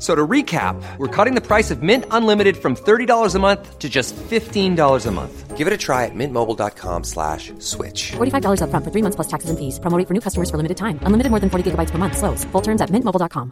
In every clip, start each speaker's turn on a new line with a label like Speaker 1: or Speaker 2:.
Speaker 1: So to recap, we're cutting the price of Mint Unlimited from $30 a month to just $15 a month. Give it a try at mintmobile.com slash switch.
Speaker 2: $45 upfront for three months plus taxes and fees. Promote for new customers for limited time. Unlimited more than 40 gigabytes per month. Slows. Full terms at mintmobile.com.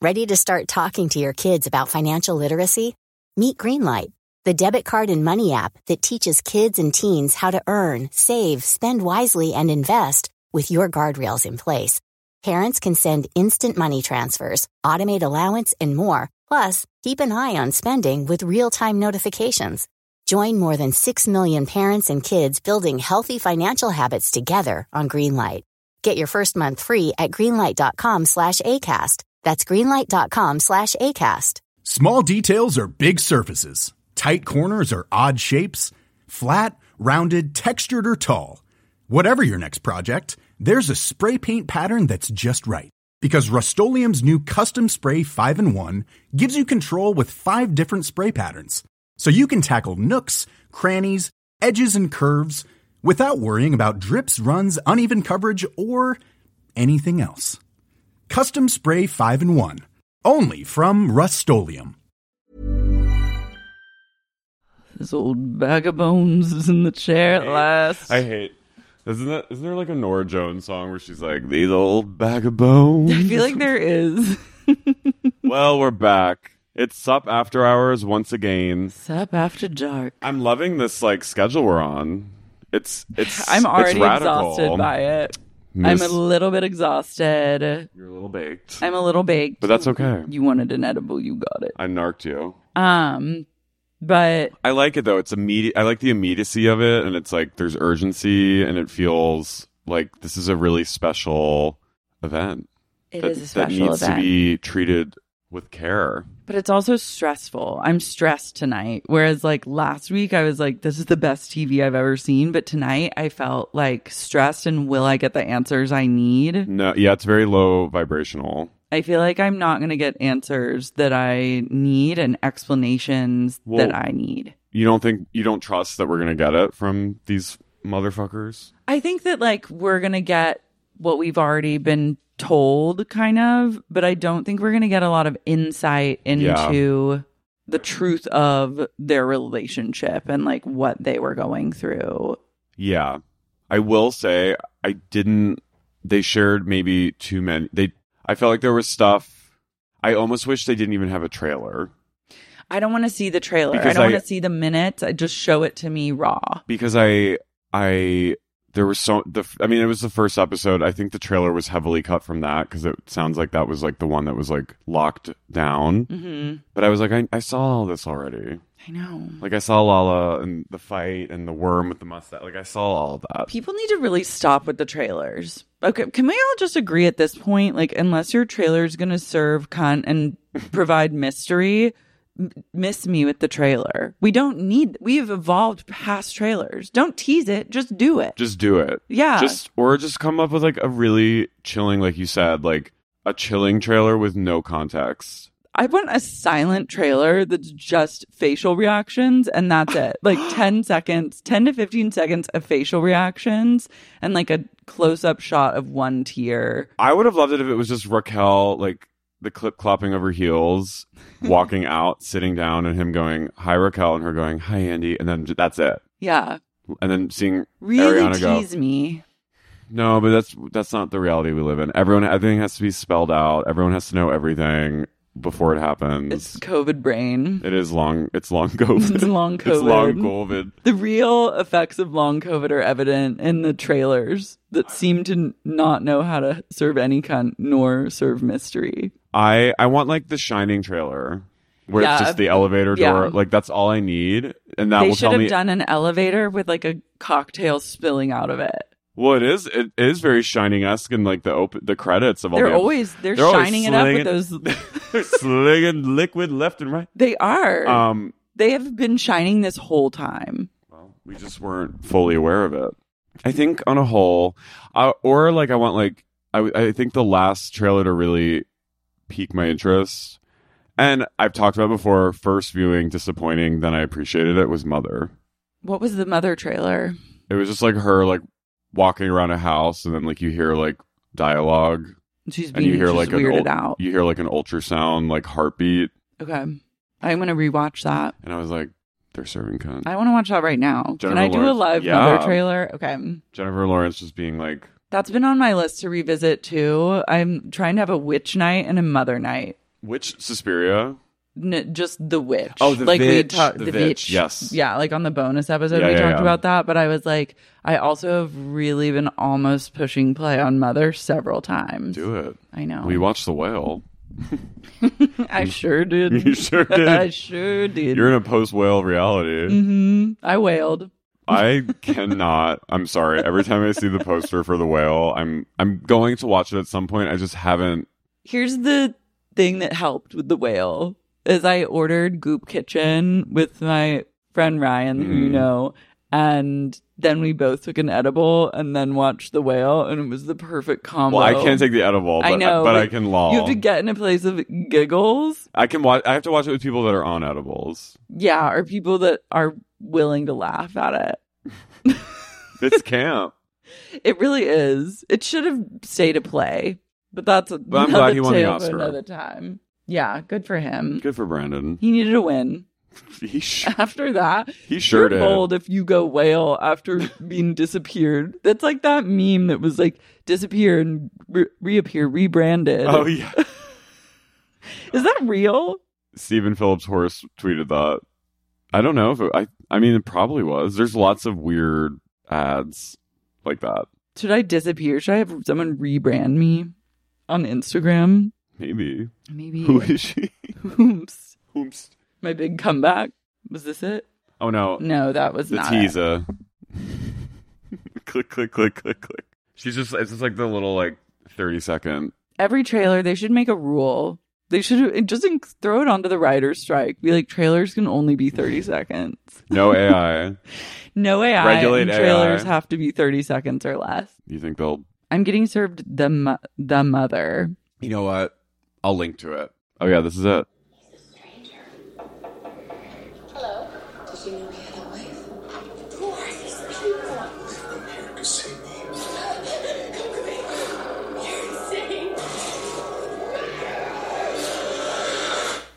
Speaker 3: Ready to start talking to your kids about financial literacy? Meet Greenlight, the debit card and money app that teaches kids and teens how to earn, save, spend wisely, and invest with your guardrails in place. Parents can send instant money transfers, automate allowance, and more. Plus, keep an eye on spending with real-time notifications. Join more than 6 million parents and kids building healthy financial habits together on Greenlight. Get your first month free at greenlight.com slash ACAST. That's greenlight.com slash ACAST.
Speaker 4: Small details are big surfaces. Tight corners are odd shapes. Flat, rounded, textured, or tall. Whatever your next project, there's a spray paint pattern that's just right. Because Rust new Custom Spray 5 in 1 gives you control with five different spray patterns. So you can tackle nooks, crannies, edges, and curves without worrying about drips, runs, uneven coverage, or anything else. Custom Spray 5 in 1. Only from Rust-Oleum.
Speaker 5: This old bag of bones is in the chair at last.
Speaker 6: I
Speaker 5: I,
Speaker 6: hate. Isn't that? Isn't there like a Nora Jones song where she's like, "These old bag of bones."
Speaker 5: feel like there is.
Speaker 6: well, we're back. It's sup after hours once again.
Speaker 5: Sup after dark.
Speaker 6: I'm loving this like schedule we're on. It's it's.
Speaker 5: I'm
Speaker 6: it's
Speaker 5: already
Speaker 6: radical.
Speaker 5: exhausted by it.
Speaker 6: Miss-
Speaker 5: I'm a little bit exhausted.
Speaker 6: You're a little baked,
Speaker 5: I'm a little baked.
Speaker 6: but that's okay.
Speaker 5: you wanted an edible, you got it.
Speaker 6: I narked you.
Speaker 5: Um, but
Speaker 6: I like it though. It's immediate. I like the immediacy of it, and it's like there's urgency, and it feels like this is a really special event.
Speaker 5: it
Speaker 6: that,
Speaker 5: is a special
Speaker 6: that needs
Speaker 5: event.
Speaker 6: to be treated with care.
Speaker 5: But it's also stressful. I'm stressed tonight. Whereas like last week I was like, this is the best TV I've ever seen. But tonight I felt like stressed and will I get the answers I need?
Speaker 6: No, yeah, it's very low vibrational.
Speaker 5: I feel like I'm not gonna get answers that I need and explanations
Speaker 6: Well-
Speaker 5: that I need.
Speaker 6: You don't think you don't trust that we're gonna get it from these motherfuckers?
Speaker 5: I think that like we're gonna get what we've already been told, kind of, but I don't think we're gonna get a lot of insight
Speaker 6: Yeah.
Speaker 5: into the truth of their relationship and like what they were going through.
Speaker 6: Yeah, I will say I didn't. They shared maybe too many. They. I felt like there was stuff. I almost wish they didn't even have a trailer
Speaker 5: I don't want to see the trailer. I
Speaker 6: Because
Speaker 5: don't
Speaker 6: I-
Speaker 5: want to see the minutes. I just show it to me raw.
Speaker 6: because I. I. There was so the. I mean, it was the first episode. I think the trailer was heavily cut from that because it sounds like that was like the one that was like locked down.
Speaker 5: hmm
Speaker 6: But I was like, I, I saw all this already.
Speaker 5: I know.
Speaker 6: Like I saw Lala and the fight and the worm with the mustache. Like I saw all of that.
Speaker 5: People need to really stop with the trailers. Okay, can we all just agree at this point? Like, unless your trailer is going to serve con and provide mystery, m- miss me with the trailer. We don't need. We have evolved past trailers. Don't tease it. Just do it.
Speaker 6: Just do it.
Speaker 5: Yeah.
Speaker 6: Just or just come up with like a really chilling, like you said, like a chilling trailer with no context.
Speaker 5: I want a silent trailer that's just facial reactions and that's it. Like 10 seconds, 10 to 15 seconds of facial reactions and like a close up shot of one tear.
Speaker 6: I would have loved it if it was just Raquel, like the clip clopping of her heels, walking out, sitting down, and him going, "Hi, Raquel," and her going, "Hi, Andy," and then j- that's it.
Speaker 5: Yeah.
Speaker 6: And then seeing
Speaker 5: Really
Speaker 6: Ariana go,
Speaker 5: tease me.
Speaker 6: No, but that's that's not the reality we live in. Everyone, everything has to be spelled out. Everyone has to know everything before it happens.
Speaker 5: It's COVID brain.
Speaker 6: It is long. It's long COVID.
Speaker 5: It's long
Speaker 6: It's long
Speaker 5: COVID.
Speaker 6: COVID.
Speaker 5: The real effects of long COVID are evident in the trailers that seem to n- not know how to serve any kind nor serve mystery.
Speaker 6: I I want like the Shining trailer where
Speaker 5: Yeah. uh,
Speaker 6: it's just the elevator
Speaker 5: Yeah.
Speaker 6: door. Like that's all I need, and that
Speaker 5: they
Speaker 6: will
Speaker 5: should
Speaker 6: tell
Speaker 5: have
Speaker 6: me.
Speaker 5: done an elevator with like a cocktail spilling out of it.
Speaker 6: well, it is it is very Shining esque in like the open the credits of all.
Speaker 5: They're
Speaker 6: the-
Speaker 5: always they're,
Speaker 6: they're always
Speaker 5: shining it up with
Speaker 6: slinging-
Speaker 5: those.
Speaker 6: they're slinging liquid left and right.
Speaker 5: they are.
Speaker 6: Um,
Speaker 5: they have been shining this whole time.
Speaker 6: Well, we just weren't fully aware of it. I think on a whole, I, or like I want like I I think the last trailer to really pique my interest, and I've talked about before. First viewing disappointing, then I appreciated it. Was Mother?
Speaker 5: What was the mother trailer?
Speaker 6: It was just like her like walking around a house, and then like you hear like dialogue,
Speaker 5: She's
Speaker 6: and
Speaker 5: being
Speaker 6: you hear
Speaker 5: she's
Speaker 6: like an ul-
Speaker 5: weirded out.
Speaker 6: you hear like an ultrasound like heartbeat,
Speaker 5: Okay, I'm gonna rewatch that.
Speaker 6: and I was like, they're serving cunt.
Speaker 5: I want to watch that right now. Can
Speaker 6: Jennifer
Speaker 5: I do
Speaker 6: Lawrence.
Speaker 5: a live
Speaker 6: Yeah.
Speaker 5: mother trailer? Okay.
Speaker 6: Jennifer Lawrence just being like,
Speaker 5: That's been on my list to revisit too. I'm trying to have a witch night and a mother night.
Speaker 6: which Suspiria?
Speaker 5: N- just the witch.
Speaker 6: Oh, the
Speaker 5: like
Speaker 6: witch,
Speaker 5: talked
Speaker 6: the witch, yes.
Speaker 5: Yeah, like on the bonus episode
Speaker 6: Yeah,
Speaker 5: we
Speaker 6: yeah,
Speaker 5: talked
Speaker 6: yeah.
Speaker 5: about that. But I was like, I also have really been almost pushing play on Mother several times.
Speaker 6: Do it.
Speaker 5: I know.
Speaker 6: We watched the whale.
Speaker 5: I sure did.
Speaker 6: You sure did.
Speaker 5: I sure did.
Speaker 6: You're in a post whale reality.
Speaker 5: hmm I wailed.
Speaker 6: I cannot. I'm sorry. Every time I see the poster for the whale, I'm I'm going to watch it at some point. I just haven't.
Speaker 5: Here's the thing that helped with the whale is I ordered Goop Kitchen with my friend Ryan, who you
Speaker 6: Mm.
Speaker 5: know, and then we both took an edible and then watched the whale, and it was the perfect combo.
Speaker 6: Well, I can't take the edible, but
Speaker 5: I know,
Speaker 6: but, I can loll.
Speaker 5: You have to get in a place of giggles,
Speaker 6: I can watch. I have to watch it with people that are on edibles.
Speaker 5: yeah, or people that are willing to laugh at it.
Speaker 6: It's camp.
Speaker 5: It really is. It should have stayed a play, but that's a
Speaker 6: But I'm glad he won the Oscar.
Speaker 5: another time. Yeah, good for him.
Speaker 6: Good for Brandon.
Speaker 5: He needed a win.
Speaker 6: He sh-
Speaker 5: After that,
Speaker 6: He sure
Speaker 5: you're
Speaker 6: did.
Speaker 5: bold if you go whale after being disappeared. That's like that meme that was like disappear and re- reappear, rebranded.
Speaker 6: oh yeah.
Speaker 5: Is that real?
Speaker 6: Stephen Phillips Horse tweeted that. I don't know if it, I. I mean, it probably was. There's lots of weird ads like that.
Speaker 5: Should I disappear? Should I have someone rebrand me on Instagram?
Speaker 6: Maybe.
Speaker 5: Maybe.
Speaker 6: Who is she?
Speaker 5: Oops.
Speaker 6: Oops.
Speaker 5: My big comeback. Was this it?
Speaker 6: Oh no.
Speaker 5: No, that was
Speaker 6: the
Speaker 5: not. it.
Speaker 6: teaser. click, click, click, click, click. She's just, it's just like the little, like, 30 second.
Speaker 5: every trailer they should make a rule they should it just inc- throw it onto the writer's strike be like trailers can only be 30 seconds
Speaker 6: No AI.
Speaker 5: no ai
Speaker 6: Regulate
Speaker 5: and trailers
Speaker 6: AI.
Speaker 5: have to be 30 seconds or less
Speaker 6: you think they'll,
Speaker 5: i'm getting served the mo- the mother
Speaker 6: you know what? I'll link to it. Oh, yeah, this is it.
Speaker 7: Did you know we had a wife?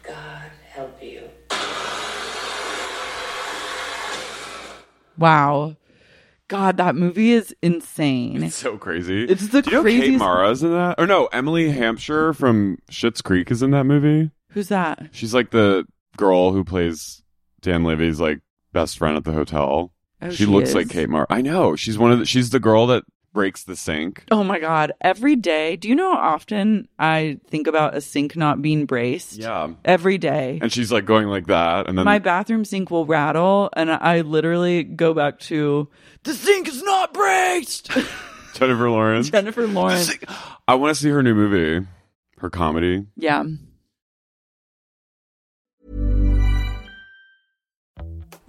Speaker 7: God help you.
Speaker 5: wow god that movie is insane
Speaker 6: It's so crazy.
Speaker 5: It's the
Speaker 6: Do you Know Kate
Speaker 5: craziest-
Speaker 6: Mara's in that? Or no, Emily Hampshire from Schitt's Creek is in that movie.
Speaker 5: who's that
Speaker 6: She's like the girl who plays Dan Levy's, like, best friend at the hotel.
Speaker 5: Oh,
Speaker 6: she, looks
Speaker 5: is.
Speaker 6: like Kate Mara. I know. She's one of the, she's the girl that breaks the sink.
Speaker 5: oh my god every day do you know how often i think about a sink not being braced
Speaker 6: Yeah.
Speaker 5: every day
Speaker 6: And she's like going like that, and then
Speaker 5: my bathroom sink will rattle and i literally go back to the sink is not braced
Speaker 6: Jennifer Lawrence.
Speaker 5: jennifer lawrence
Speaker 6: I want to see her new movie, her comedy.
Speaker 5: yeah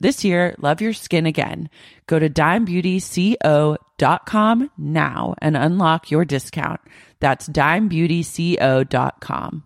Speaker 8: This year, love your skin again. Go to dimebeautyco.com now and unlock your discount. That's dimebeautyco.com.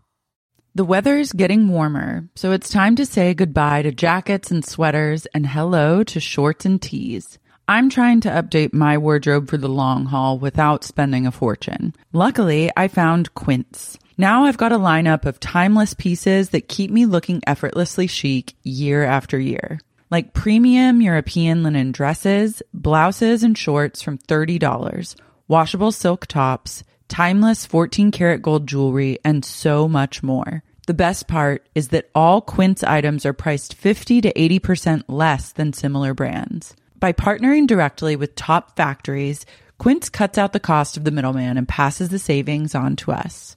Speaker 8: The weather is getting warmer, so it's time to say goodbye to jackets and sweaters and hello to shorts and tees. I'm trying to update my wardrobe for the long haul without spending a fortune. Luckily, I found Quince. Now I've got a lineup of timeless pieces that keep me looking effortlessly chic year after year. Like premium European linen dresses, blouses and shorts from $30, washable silk tops, timeless 14 karat gold jewelry, and so much more. The best part is that all Quince items are priced 50 to 80% less than similar brands. By partnering directly with top factories, Quince cuts out the cost of the middleman and passes the savings on to us.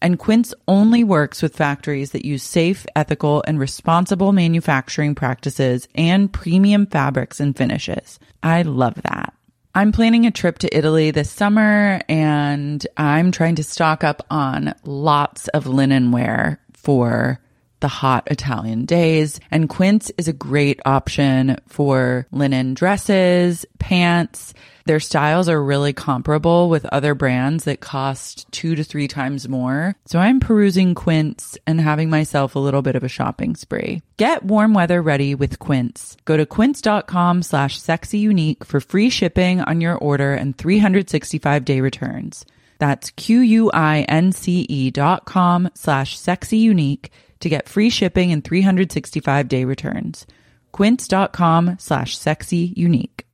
Speaker 8: And Quince only works with factories that use safe, ethical, and responsible manufacturing practices and premium fabrics and finishes. I love that. I'm planning a trip to Italy this summer and I'm trying to stock up on lots of linen wear for the hot Italian days. And Quince is a great option for linen dresses, pants. Their styles are really comparable with other brands that cost two to three times more. So I'm perusing Quince and having myself a little bit of a shopping spree. Get warm weather ready with Quince. Go to quince.com slash sexy unique for free shipping on your order and 365 day returns. That's Q-U-I-N-C-E E dot com slash sexy unique to get free shipping and 365 day returns. Quince.com slash sexy unique.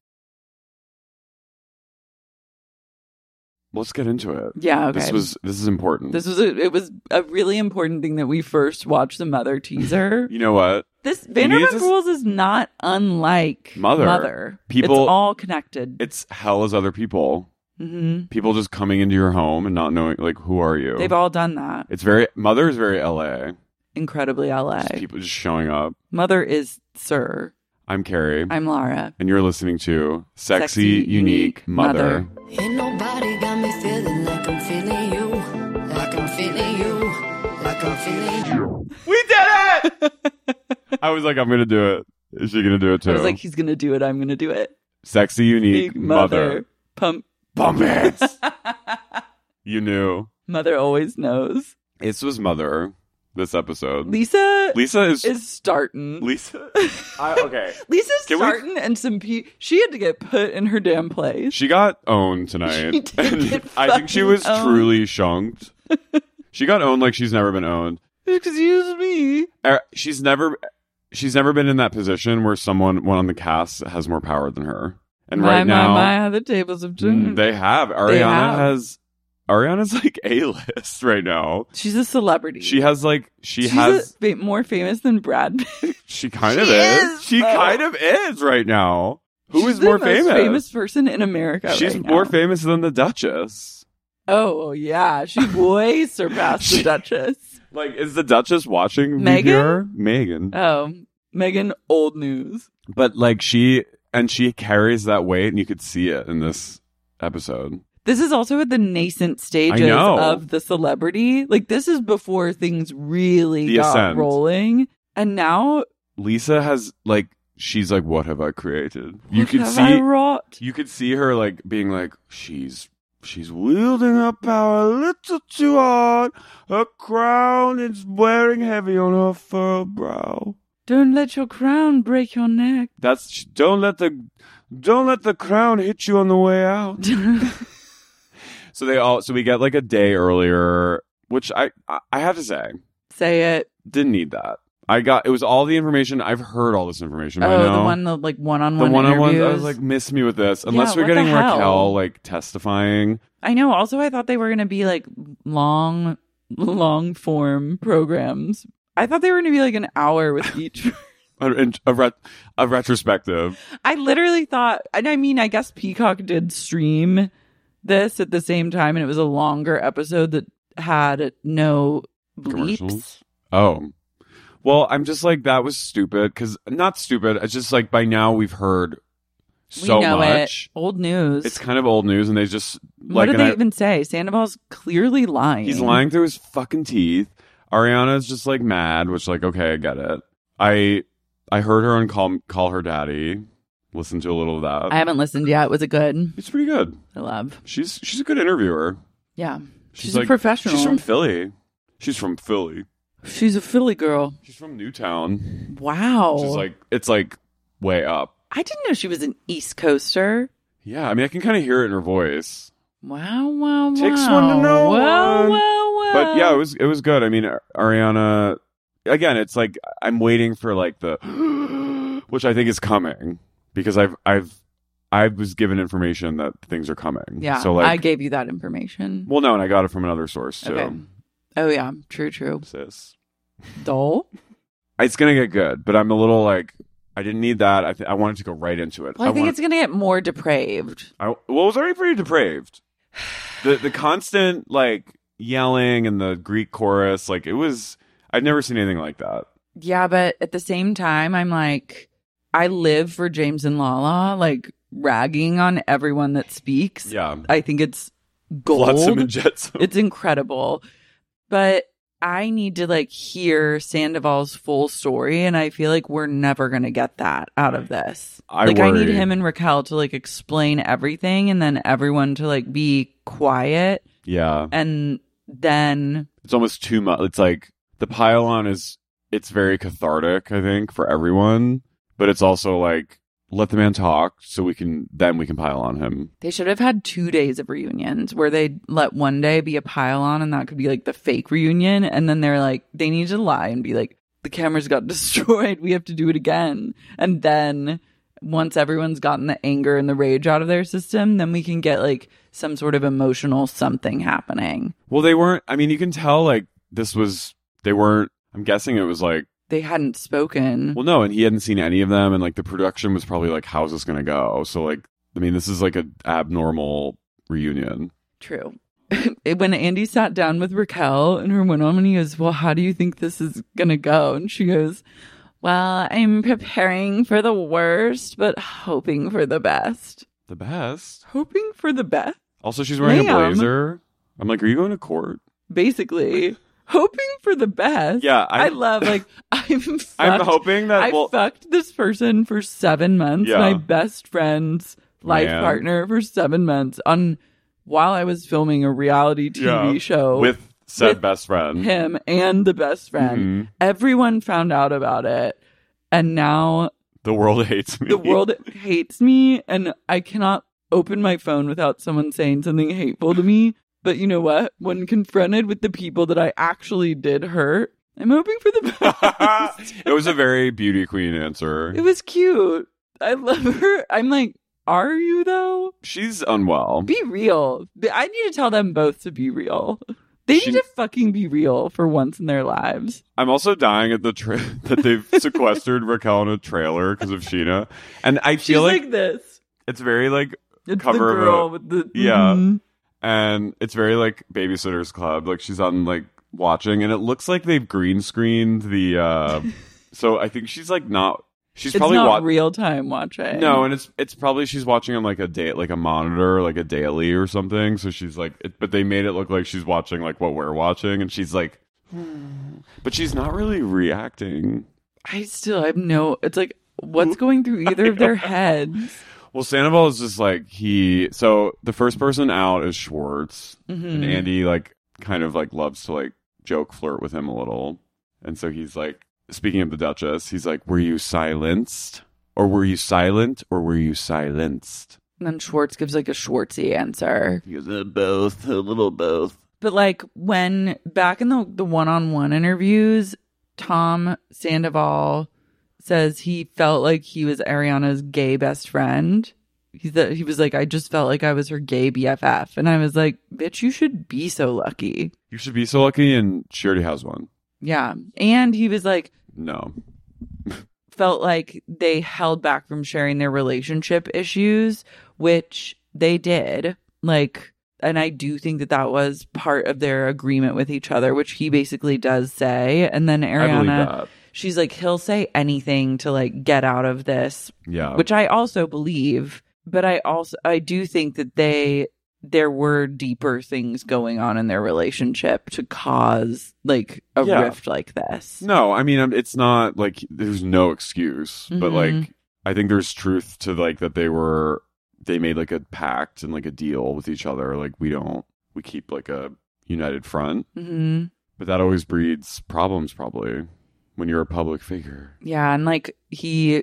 Speaker 6: Let's get into it.
Speaker 8: Yeah, okay.
Speaker 6: This was this is important.
Speaker 8: This was a, it was a really important thing that we first watched the mother teaser.
Speaker 6: you know what?
Speaker 8: this
Speaker 6: needed
Speaker 8: Vanderpump
Speaker 6: to s-
Speaker 8: Rules is not unlike
Speaker 6: Mother.
Speaker 8: Mother.
Speaker 6: People-
Speaker 8: it's all connected.
Speaker 6: It's hell as other people.
Speaker 8: hmm
Speaker 6: People just coming into your home and not knowing like who are you.
Speaker 8: They've all done that.
Speaker 6: It's very mother is very LA.
Speaker 8: Incredibly LA.
Speaker 6: Just people just showing up.
Speaker 8: Mother is Sir.
Speaker 6: I'm Carrie,
Speaker 8: I'm Lara.
Speaker 6: and you're listening to Sexy,
Speaker 8: Sexy,
Speaker 6: Unique,
Speaker 8: Unique
Speaker 6: Mother.
Speaker 8: Mother.
Speaker 7: Ain't nobody got me feeling like I'm feeling you. Like I'm feeling you. Like I'm feeling you.
Speaker 6: We did it! I was like, I'm gonna do it. Is she gonna do it too?
Speaker 8: I was like, he's gonna do it. I'm gonna do it.
Speaker 6: Sexy Unique Mother.
Speaker 8: Pump.
Speaker 6: Bump it! you knew.
Speaker 8: Mother always knows.
Speaker 6: This was Mother. This episode.
Speaker 8: Lisa
Speaker 6: Lisa is,
Speaker 8: is starting.
Speaker 6: Lisa. I, okay.
Speaker 8: Lisa's
Speaker 6: Can we-
Speaker 8: starting, and some pe- she had to get put in her damn place.
Speaker 6: She got owned tonight.
Speaker 8: She did
Speaker 6: And
Speaker 8: get
Speaker 6: I think she
Speaker 8: fucking
Speaker 6: was
Speaker 8: owned.
Speaker 6: truly shunked. she got owned like she's never been owned.
Speaker 8: Excuse me.
Speaker 6: Er, She's never she's never been in that position where someone one on the cast has more power than her. And
Speaker 8: my,
Speaker 6: right
Speaker 8: my,
Speaker 6: now
Speaker 8: my, how the tables have turned.
Speaker 6: mm, they have. Ariana
Speaker 8: They have.
Speaker 6: has Ariana's like a list right now.
Speaker 5: She's a celebrity.
Speaker 6: She has like she
Speaker 5: She's
Speaker 6: has
Speaker 5: a, fa- more famous than Brad Pitt.
Speaker 6: she kind
Speaker 5: She
Speaker 6: of is.
Speaker 5: is,
Speaker 6: She
Speaker 5: though.
Speaker 6: kind of is right now. Who
Speaker 5: She's
Speaker 6: is
Speaker 5: the
Speaker 6: more
Speaker 5: most
Speaker 6: famous?
Speaker 5: Famous person in America.
Speaker 6: She's
Speaker 5: right
Speaker 6: more
Speaker 5: now.
Speaker 6: famous than the Duchess.
Speaker 5: Oh yeah, she way surpassed the
Speaker 6: She-
Speaker 5: Duchess.
Speaker 6: Like, is the Duchess watching
Speaker 5: Meghan?
Speaker 6: VPR? Megan.
Speaker 5: Oh, Megan, old news.
Speaker 6: but like she and she carries that weight, and you could see it in this episode.
Speaker 5: This is also at the nascent stages
Speaker 6: know.
Speaker 5: of the celebrity. Like this is before things really
Speaker 6: The
Speaker 5: got
Speaker 6: ascent.
Speaker 5: rolling, and now
Speaker 6: Lisa has like she's like, what have I created? you
Speaker 5: what
Speaker 6: could
Speaker 5: have
Speaker 6: see
Speaker 5: I wrought?
Speaker 6: you could see her like being like she's she's wielding her power a little too hard her crown is wearing heavy on her fur brow
Speaker 5: Don't let your crown break your neck.
Speaker 6: that's don't let the don't let the crown hit you on the way out so they all so we get like a day earlier which i i, I have to say
Speaker 5: Say it.
Speaker 6: didn't need that i got it was all the information i've heard all this information by
Speaker 5: oh,
Speaker 6: now.
Speaker 5: the one the like one on
Speaker 6: the
Speaker 5: one.
Speaker 6: one on one, I
Speaker 5: interviews.
Speaker 6: was like, miss me with this. Unless we're
Speaker 5: Yeah, what the
Speaker 6: getting
Speaker 5: hell?
Speaker 6: Raquel like testifying.
Speaker 5: I know. Also, I thought they were going to be like long, long form programs. I thought they were going to be like an hour with each.
Speaker 6: a, a, ret- a retrospective.
Speaker 5: I literally thought, and I mean, I guess Peacock did stream this at the same time, and it was a longer episode that had no bleeps.
Speaker 6: Commercials? Oh, well, I'm just like that was stupid because not stupid. It's just like by now we've heard so
Speaker 5: we know
Speaker 6: much.
Speaker 5: it. Old news.
Speaker 6: It's kind of old news, and they just like
Speaker 5: what did
Speaker 6: and
Speaker 5: they
Speaker 6: I-
Speaker 5: even say? Sandoval's clearly lying.
Speaker 6: he's lying through his fucking teeth. Ariana's just like mad, which like okay, I get it. I I heard her on call call her daddy. Listen to a little of that.
Speaker 5: I haven't listened yet. Was it good?
Speaker 6: it's pretty good.
Speaker 5: I love.
Speaker 6: She's she's a good interviewer.
Speaker 5: Yeah. She's,
Speaker 6: like-
Speaker 5: a professional.
Speaker 6: She's from Philly. She's from Philly.
Speaker 5: She's a Philly girl.
Speaker 6: She's from Newtown.
Speaker 5: Wow.
Speaker 6: Which is like it's like way up.
Speaker 5: I didn't know she was an East Coaster.
Speaker 6: Yeah, I mean I can kind of hear it in her voice.
Speaker 5: Wow, wow, wow.
Speaker 6: Takes one to know
Speaker 5: Wow,
Speaker 6: one.
Speaker 5: wow, wow.
Speaker 6: But yeah, it was it was good. I mean Ar- Ariana again, it's like I'm waiting for like the which I think is coming because I've I've I was given information that things are coming.
Speaker 5: yeah.
Speaker 6: So like
Speaker 5: I gave you that information.
Speaker 6: Well, no, and I got it from another source too.
Speaker 5: Okay. Oh yeah, true, true.
Speaker 6: Sis.
Speaker 5: Dull.
Speaker 6: It's going to get good, but I'm a little like I didn't need that. I th- I wanted to go right into it.
Speaker 5: Well, I, think
Speaker 6: want-
Speaker 5: it's gonna get more depraved.
Speaker 6: I well, it was already pretty depraved. The the constant like yelling and the Greek chorus, like it was. I've never seen anything like that.
Speaker 5: Yeah, but at the same time, I'm like, I live for James and Lala, like ragging on everyone that speaks.
Speaker 6: Yeah,
Speaker 5: I think it's gold.
Speaker 6: flotsam and jetsam.
Speaker 5: it's incredible. But I need to like hear Sandoval's full story, and I feel like we're never gonna get that out of this.
Speaker 6: I
Speaker 5: like I need
Speaker 6: worry.
Speaker 5: him and Raquel to like explain everything, and then everyone to like be quiet,
Speaker 6: Yeah,
Speaker 5: and then
Speaker 6: it's almost too much. It's like the pylon is. It's very cathartic, I think, for everyone. But it's also like let the man talk, so we can then we can pile on him.
Speaker 5: they should have had two days of reunions where they let one day be a pile on, and that could be like the fake reunion, and then they're like they need to lie and be like the cameras got destroyed, we have to do it again, and then. Once everyone's gotten the anger and the rage out of their system, then we can get like some sort of emotional something happening.
Speaker 6: Well, they weren't. I mean, you can tell like this was. They weren't. I'm guessing it was like
Speaker 5: They hadn't spoken.
Speaker 6: Well, no, and he hadn't seen any of them, and like the production was probably like, "How's this gonna go?" So like, I mean, this is like an abnormal reunion.
Speaker 5: True. when Andy sat down with Raquel and her went on and he goes, Well, how do you think this is gonna go? And she goes, Well, I'm preparing for the worst, but hoping for the best.
Speaker 6: The best.
Speaker 5: Hoping for the best?
Speaker 6: Also, she's wearing a
Speaker 5: Ma'am.
Speaker 6: blazer. I'm like, are you going to court?
Speaker 5: Basically. Hoping for the best.
Speaker 6: Yeah,
Speaker 5: I,
Speaker 6: I-
Speaker 5: love like I'm fucked.
Speaker 6: I'm hoping that-
Speaker 5: I
Speaker 6: well-
Speaker 5: fucked this person for seven months,
Speaker 6: Yeah.
Speaker 5: my best friend's life
Speaker 6: Man.
Speaker 5: partner for seven months on while I was filming a reality TV show
Speaker 6: with said
Speaker 5: Oh. with
Speaker 6: best friend.
Speaker 5: Mm-hmm. him and the best friend.
Speaker 6: Mhm.
Speaker 5: Everyone found out about it. And now
Speaker 6: The world hates me.
Speaker 5: the world hates me, and I cannot open my phone without someone saying something hateful to me. But you know what? When confronted with the people that I actually did hurt, I'm hoping for the best.
Speaker 6: it was a very beauty queen answer.
Speaker 5: it was cute. I love her. I'm like, Are you though?
Speaker 6: She's unwell.
Speaker 5: Be real. I need to tell them both to be real. They
Speaker 6: She-
Speaker 5: need to fucking be real for once in their lives.
Speaker 6: I'm also dying at the tra- that they've sequestered Raquel in a trailer because of Sheena, and I
Speaker 5: She's
Speaker 6: feel
Speaker 5: like,
Speaker 6: like
Speaker 5: this.
Speaker 6: it's very like
Speaker 5: It's
Speaker 6: cover
Speaker 5: the
Speaker 6: of a-
Speaker 5: girl with the
Speaker 6: Yeah.
Speaker 5: Mhm.
Speaker 6: and it's very like babysitters club like she's on like watching and it looks like they've green screened the uh so i think she's like not she's
Speaker 5: It's
Speaker 6: probably
Speaker 5: not
Speaker 6: watching
Speaker 5: real time watching.
Speaker 6: no and it's it's probably she's watching on like a date like a monitor like a daily or something so she's like it, but they made it look like she's watching like what we're watching and she's like
Speaker 5: Hmm.
Speaker 6: but she's not really reacting
Speaker 5: I still have no. It's like what's going through either of their heads.
Speaker 6: Well, Sandoval is just like he. So the first person out is Schwartz, and Andy like kind of like loves to like joke flirt with him a little, and so he's like speaking of the Duchess, he's like, "Were you silenced, or were you silent, or were you silenced?"
Speaker 5: And then Schwartz gives like a Schwartzy answer.
Speaker 6: He goes, "Uh, "Both, a little both."
Speaker 5: But like when back in the the one on one interviews, Tom Sandoval says he felt like he was Ariana's gay best friend. He's that he was like, I just felt like I was her gay BFF, and I was like, bitch, you should be so lucky.
Speaker 6: You should be so lucky, and she already has one.
Speaker 5: Yeah, and he was like,
Speaker 6: No,
Speaker 5: felt like they held back from sharing their relationship issues, which they did. Like, and I do think that that was part of their agreement with each other, which he basically does say. And then
Speaker 6: I believe
Speaker 5: Ariana,
Speaker 6: that.
Speaker 5: she's like, he'll say anything to like get out of this,
Speaker 6: Yeah,
Speaker 5: which I also believe. But I also, I do think that they, there were deeper things going on in their relationship to cause like a
Speaker 6: Yeah.
Speaker 5: rift like this.
Speaker 6: No, I mean um, it's not like there's no excuse, but
Speaker 5: Mhm.
Speaker 6: like I think there's truth to like that they were they made like a pact and like a deal with each other. Like we don't we keep like a united front,
Speaker 5: hmm
Speaker 6: but that always breeds problems probably when you're a public figure.
Speaker 5: Yeah, and like he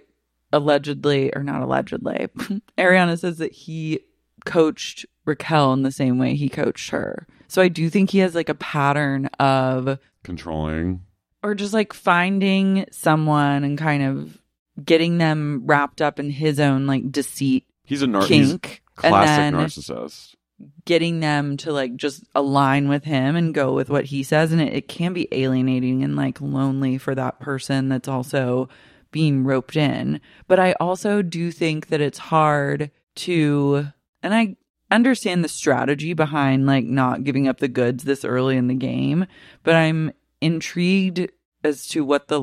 Speaker 5: allegedly or not allegedly, Ariana says that he coached Raquel in the same way he coached her. So I do think he has like a pattern of
Speaker 6: Controlling.
Speaker 5: or just like finding someone and kind of getting them wrapped up in his own like deceit
Speaker 6: He's a nar- he's
Speaker 5: kink
Speaker 6: classic
Speaker 5: and then
Speaker 6: narcissist.
Speaker 5: getting them to like just align with him and go with what he says and it, it can be alienating and like lonely for that person that's also being roped in but i also do think that it's hard to and i understand the strategy behind like not giving up the goods this early in the game but i'm intrigued as to what the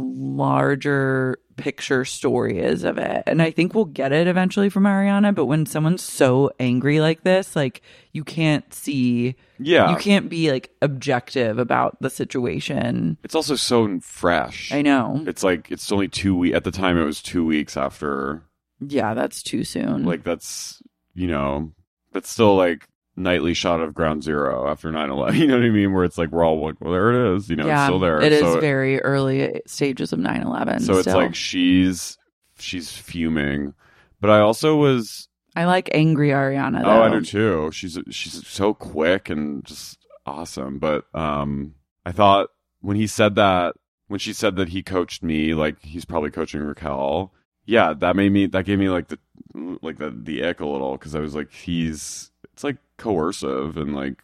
Speaker 5: larger picture story is of it. And I think we'll get it eventually from Ariana, but when someone's so angry like this, like you can't see
Speaker 6: Yeah.
Speaker 5: you can't be like objective about the situation.
Speaker 6: It's also so fresh.
Speaker 5: I know.
Speaker 6: It's like it's only two weeks at the time it was two weeks after
Speaker 5: yeah, that's too soon.
Speaker 6: like that's you know that's still like nightly shot of ground zero after 9-11 you know what i mean where it's like we're all like well there it is you know it's still there
Speaker 5: It is
Speaker 6: so,
Speaker 5: very early stages of 9/11.
Speaker 6: so it's
Speaker 5: still.
Speaker 6: like she's she's fuming but i also was
Speaker 5: I like angry Ariana though.
Speaker 6: oh i do too she's she's so quick and just awesome but um i thought when he said that when she said that he coached me like he's probably coaching raquel yeah that made me that gave me like the like the the ick a little because i was like he's it's like coercive and like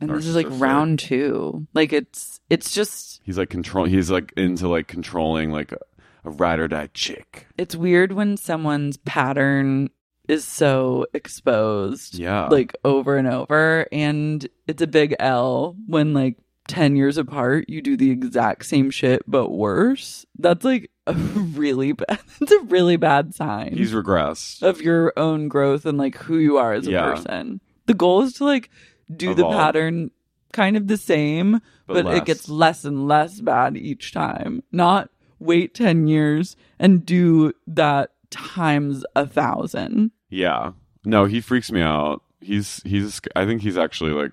Speaker 5: and this is like
Speaker 6: narcissistic.
Speaker 5: round 2. Like it's it's just
Speaker 6: he's like control he's like into like controlling like a, a ride or die chick
Speaker 5: it's weird when someone's pattern is so exposed
Speaker 6: yeah
Speaker 5: like over and over and it's a big L when like 10 years apart you do the exact same shit but worse that's like a really bad that's a really bad sign
Speaker 6: he's regressed
Speaker 5: of your own growth and like who you are as a
Speaker 6: Yeah.
Speaker 5: person the goal is to like do
Speaker 6: Evolve.
Speaker 5: the pattern kind of the same
Speaker 6: But
Speaker 5: but,
Speaker 6: less.
Speaker 5: it gets less and less bad each time not wait 10 years and do that times a thousand
Speaker 6: yeah no he freaks me out he's he's i think he's actually like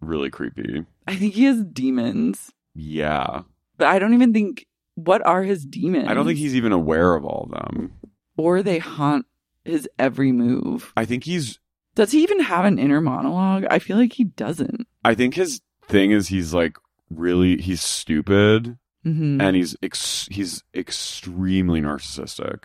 Speaker 6: really creepy
Speaker 5: i think he has demons
Speaker 6: yeah
Speaker 5: But I don't even think what are his demons?
Speaker 6: I don't think he's even aware of all of them.
Speaker 5: or they haunt his every move.
Speaker 6: I think he's.
Speaker 5: Does he even have an inner monologue? I feel like he doesn't.
Speaker 6: I think his thing is he's like really he's stupid
Speaker 5: hmm
Speaker 6: and he's ex- he's extremely narcissistic,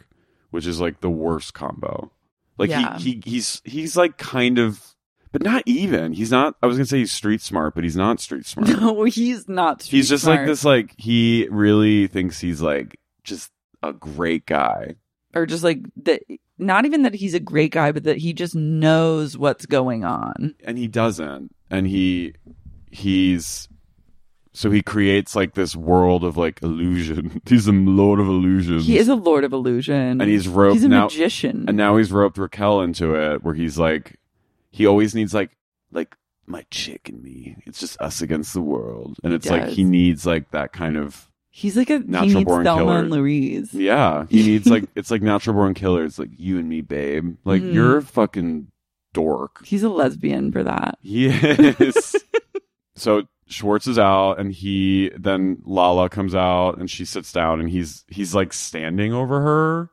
Speaker 6: which is like the worst combo. Like
Speaker 5: Yeah.
Speaker 6: he, he he's he's like kind of but not even. He's not I was gonna say he's street smart, but he's not street smart.
Speaker 5: No, he's not. street
Speaker 6: he's just like
Speaker 5: smart.
Speaker 6: this like he really thinks he's like just a great guy.
Speaker 5: or just like that. Not even that he's a great guy, but that he just knows what's going on.
Speaker 6: and he doesn't and he he's so he creates like this world of like illusion he's a lord of illusions
Speaker 5: He is a lord of illusion,
Speaker 6: And he's roped
Speaker 5: He's a
Speaker 6: now-
Speaker 5: magician.
Speaker 6: and now he's roped raquel into it where he's like he always needs like like my chick and me it's just us against the world and it's like
Speaker 5: does.
Speaker 6: he needs like that kind of
Speaker 5: he's like a he
Speaker 6: Natural
Speaker 5: needs
Speaker 6: born
Speaker 5: Thelma
Speaker 6: killer.
Speaker 5: and Louise.
Speaker 6: yeah he needs like it's like natural born killers like you and me babe like
Speaker 5: Mhm.
Speaker 6: you're a fucking dork
Speaker 5: He's a lesbian for that.
Speaker 6: Yes. so Schwartz is out, and he then Lala comes out, and she sits down, and he's he's like standing over her,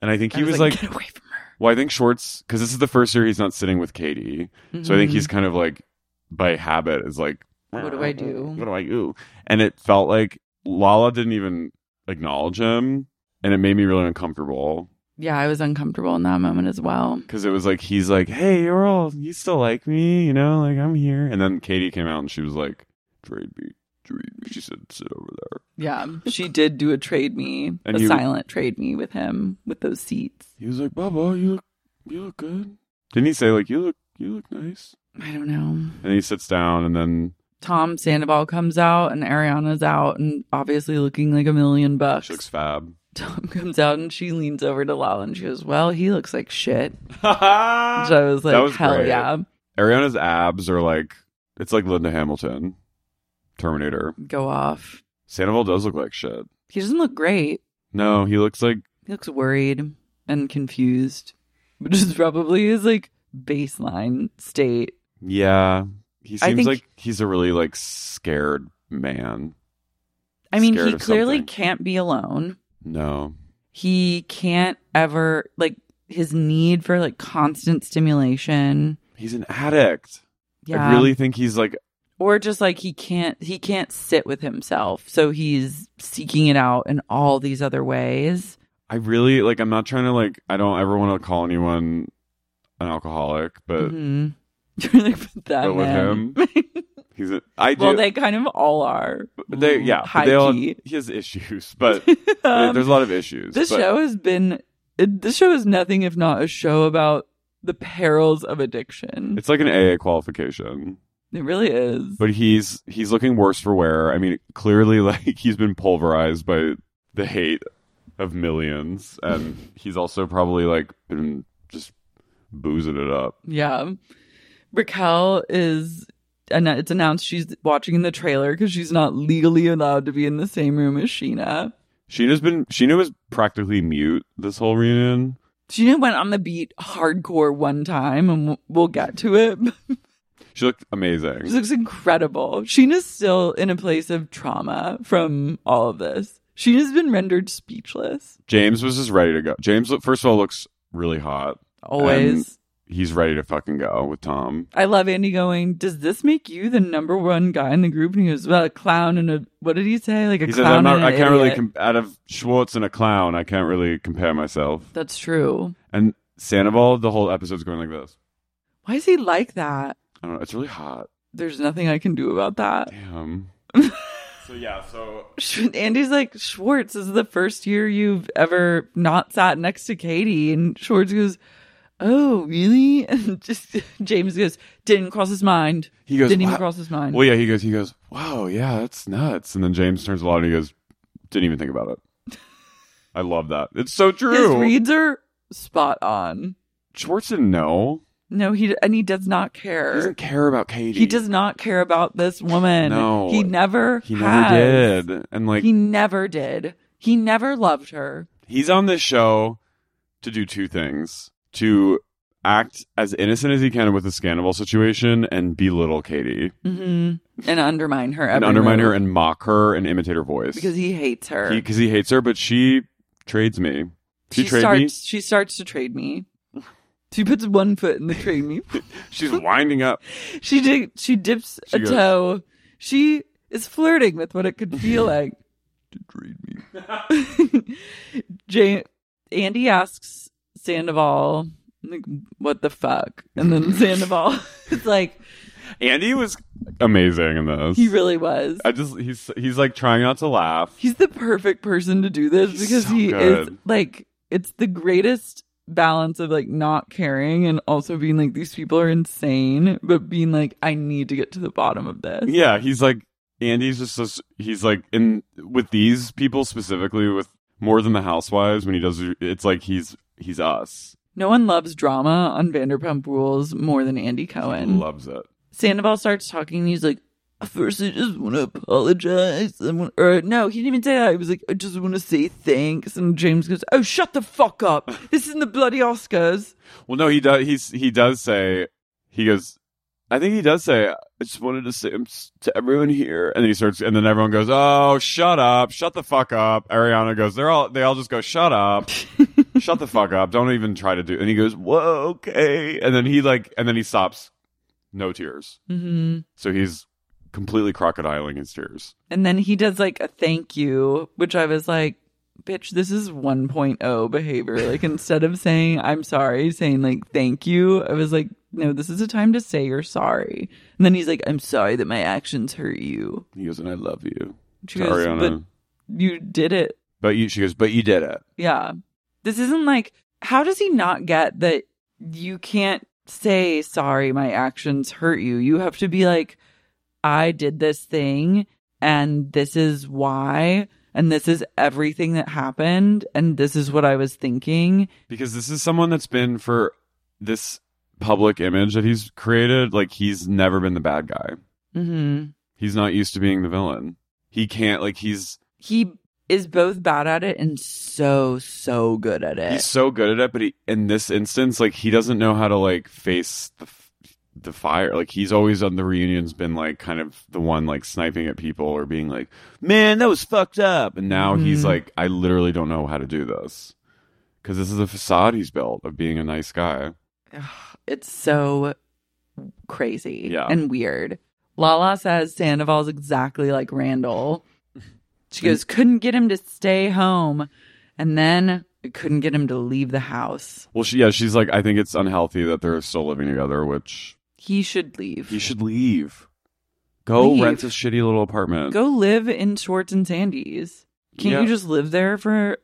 Speaker 6: and I think he
Speaker 5: I
Speaker 6: was, like,
Speaker 5: get away from her.
Speaker 6: well, I think Schwartz because this is the first year he's not sitting with Katie, so I
Speaker 5: Mm-hmm.
Speaker 6: think he's kind of like by habit is like,
Speaker 5: What do I do?
Speaker 6: What do I do? And it felt like Lala didn't even acknowledge him, and it made me really uncomfortable
Speaker 5: Yeah, I was uncomfortable in that moment as well.
Speaker 6: because it was like he's like, "Hey, you're all you still like me, you know, like I'm here." And then Katie came out and she was like, "Trade me, trade me." She said, "Sit over there."
Speaker 5: Yeah, she did do a trade me,
Speaker 6: And
Speaker 5: a
Speaker 6: you-
Speaker 5: silent trade me with him with those seats.
Speaker 6: He was like, "Bubba, you look, you look good." Didn't he say like, "You look, you look nice"?
Speaker 5: I don't know.
Speaker 6: And he sits down, and then
Speaker 5: Tom Sandoval comes out and Ariana's out and obviously looking like a million bucks.
Speaker 6: she looks fab.
Speaker 5: Tom comes out and she leans over to Lala and she goes, "Well, he looks like shit."
Speaker 6: Ariana's
Speaker 5: So I was like,
Speaker 6: That was
Speaker 5: "Hell
Speaker 6: great.
Speaker 5: yeah,
Speaker 6: abs are like, it's like Linda Hamilton, Terminator.
Speaker 5: go off."
Speaker 6: Sandoval does look like shit.
Speaker 5: He doesn't look great.
Speaker 6: No, he looks like
Speaker 5: He looks worried and confused, which is probably his like baseline state.
Speaker 6: yeah. He
Speaker 5: I
Speaker 6: seems
Speaker 5: think-
Speaker 6: like he's a really like scared man.
Speaker 5: I mean,
Speaker 6: Scared
Speaker 5: he
Speaker 6: of
Speaker 5: clearly
Speaker 6: something.
Speaker 5: can't be alone.
Speaker 6: No.
Speaker 5: He can't ever like his need for like constant stimulation.
Speaker 6: He's an addict.
Speaker 5: Yeah.
Speaker 6: I really think he's like
Speaker 5: or just like he can't he can't sit with himself so he's seeking it out in all these other ways
Speaker 6: I really like I'm not trying to like I don't ever want to call anyone an alcoholic, but
Speaker 5: Mhm. You're like, "But that
Speaker 6: but with
Speaker 5: man."
Speaker 6: him he's a, I do
Speaker 5: well they kind of all are
Speaker 6: but they yeah, but
Speaker 5: high
Speaker 6: they all,
Speaker 5: key.
Speaker 6: he has issues, but
Speaker 5: Um,
Speaker 6: there's a lot of issues.
Speaker 5: this
Speaker 6: but
Speaker 5: show has been it, this show is nothing if not a show about the perils of addiction
Speaker 6: it's like an AA qualification.
Speaker 5: it really is
Speaker 6: But he's he's looking worse for wear. I mean, clearly like he's been pulverized by the hate of millions and he's also probably like been just boozing it up.
Speaker 5: Yeah. Raquel is, and it's announced she's watching the trailer because she's not legally allowed to be in the same room as Sheena.
Speaker 6: Sheena's been Sheena was practically mute this whole reunion.
Speaker 5: Sheena went on the beat hardcore one time, and we'll- we'll get to it.
Speaker 6: She looked
Speaker 5: she
Speaker 6: amazing.
Speaker 5: looks incredible. Sheena's still in a place of trauma from all of this. Sheena's been rendered speechless.
Speaker 6: James was just ready to go. James look- first of all looks really hot.
Speaker 5: Always.
Speaker 6: He's ready to fucking go with Tom.
Speaker 5: I love Andy going, Does this make you the number one guy in the group? And he goes, Well, a clown and a, what did he say? Like a
Speaker 6: He says,
Speaker 5: clown.
Speaker 6: "I'm not.
Speaker 5: and
Speaker 6: I
Speaker 5: an
Speaker 6: can't really
Speaker 5: idiot."
Speaker 6: com- out of Schwartz and a clown. I can't really compare myself."
Speaker 5: That's true.
Speaker 6: And Sandoval, the whole episode's going like this.
Speaker 5: Why is he like that?
Speaker 6: I don't know. It's really hot.
Speaker 5: There's nothing I can do about that.
Speaker 6: Damn. so yeah. So
Speaker 5: Sh- Andy's like, Schwartz, this is the first year you've ever not sat next to Katie. And Schwartz goes, Oh, really? And just James goes, Didn't cross his mind.
Speaker 6: he goes.
Speaker 5: Didn't even
Speaker 6: "Wow."
Speaker 5: cross his mind.
Speaker 6: Well, yeah. He goes. He goes. Wow. Yeah. That's nuts. And then James turns a lot and he goes. Didn't even think about it. I love that. It's so
Speaker 5: His
Speaker 6: true.
Speaker 5: reads are spot on.
Speaker 6: Schwartz didn't know.
Speaker 5: No, he and he does not
Speaker 6: He
Speaker 5: care.
Speaker 6: doesn't care about Katie.
Speaker 5: He does not care about this woman.
Speaker 6: No.
Speaker 5: he never.
Speaker 6: He
Speaker 5: has.
Speaker 6: never did. And like
Speaker 5: he never did. He never loved her.
Speaker 6: he's on this show to do two things: to act as innocent as he can with the Scandal situation and belittle Katie
Speaker 5: hmm And undermine her.
Speaker 6: and
Speaker 5: every
Speaker 6: undermine
Speaker 5: move.
Speaker 6: her and mock her and imitate her voice
Speaker 5: because he hates her.
Speaker 6: he, 'cause he hates her. But she trades me. She, trades
Speaker 5: starts.
Speaker 6: me.
Speaker 5: She starts to trade me. She puts one foot in the trade me.
Speaker 6: She's winding up.
Speaker 5: she dig, She dips
Speaker 6: She
Speaker 5: a
Speaker 6: goes-
Speaker 5: toe. She is flirting with what it could feel like.
Speaker 6: To trade me.
Speaker 5: Ja- Andy asks Sandoval like, what the fuck? And then Sandoval is like,
Speaker 6: Andy was amazing in this.
Speaker 5: he really was.
Speaker 6: I just he's he's like trying not to laugh.
Speaker 5: He's the perfect person to do this because
Speaker 6: so
Speaker 5: he is
Speaker 6: good.
Speaker 5: like, it's the greatest balance of like not caring and also being like, these people are insane, but being like, I need to get to the bottom of this.
Speaker 6: Yeah, he's like Andy's just so, he's like in with these people specifically with more than the housewives when he does it's like he's he's us.
Speaker 5: No one loves drama on Vanderpump Rules more than Andy
Speaker 6: He
Speaker 5: Cohen.
Speaker 6: loves it.
Speaker 5: Sandoval starts talking. And he's like, first, I just want to apologize. I want, or no, he didn't even say that. He was like, I just want to say thanks. And James goes, Oh, shut the fuck up. This isn't the bloody Oscars.
Speaker 6: Well, no, he does. He's he does say he goes. I think he does say. I just wanted to say I'm s- to everyone here, and then he starts, and then everyone goes, "Oh, shut up, shut the fuck up." Ariana goes, "They're all they all just go, shut up, shut the fuck up, don't even try to do." And he goes, "Whoa, okay," and then he like, and then he stops, no tears.
Speaker 5: Mm-hmm.
Speaker 6: So he's completely crocodiling his tears.
Speaker 5: And then he does like a thank you, which I was like, Bitch, this is 1.0 behavior. Like, instead of saying, I'm sorry, saying like, thank you, I was like, no, this is a time to say you're sorry. And then he's like, I'm sorry that my actions hurt you.
Speaker 6: He goes, "And I love you,
Speaker 5: She
Speaker 6: to
Speaker 5: goes,
Speaker 6: Ariana."
Speaker 5: but you did it.
Speaker 6: but you, she goes, "But you did it."
Speaker 5: Yeah. This isn't like, how does he not get that you can't say, sorry, my actions hurt you? You have to be like, I did this thing and this is why. And this is everything that happened. And this is what I was thinking.
Speaker 6: because this is someone that's been for this public image that he's created like he's never been the bad guy
Speaker 5: Mm-hmm.
Speaker 6: he's not used to being the villain he can't like he's
Speaker 5: He is both bad at it and so, so good at it.
Speaker 6: he's so good at it but he, in this instance like he doesn't know how to like face the f- the fire like he's always on the reunions been like kind of the one like sniping at people or being like man that was fucked up and now he's
Speaker 5: Mhm.
Speaker 6: like i literally don't know how to do this because this is a facade he's built of being a nice guy
Speaker 5: It's so crazy
Speaker 6: Yeah.
Speaker 5: and weird. Lala says Sandoval's exactly like Randall. She goes, couldn't get him to stay home. And then couldn't get him to leave the house.
Speaker 6: well she yeah she's like i think it's unhealthy that they're still living together which
Speaker 5: He should leave.
Speaker 6: You should leave. Go
Speaker 5: Leave.
Speaker 6: rent a shitty little apartment.
Speaker 5: Go live in Schwartz and Sandy's. Can't
Speaker 6: Yeah.
Speaker 5: you just live there for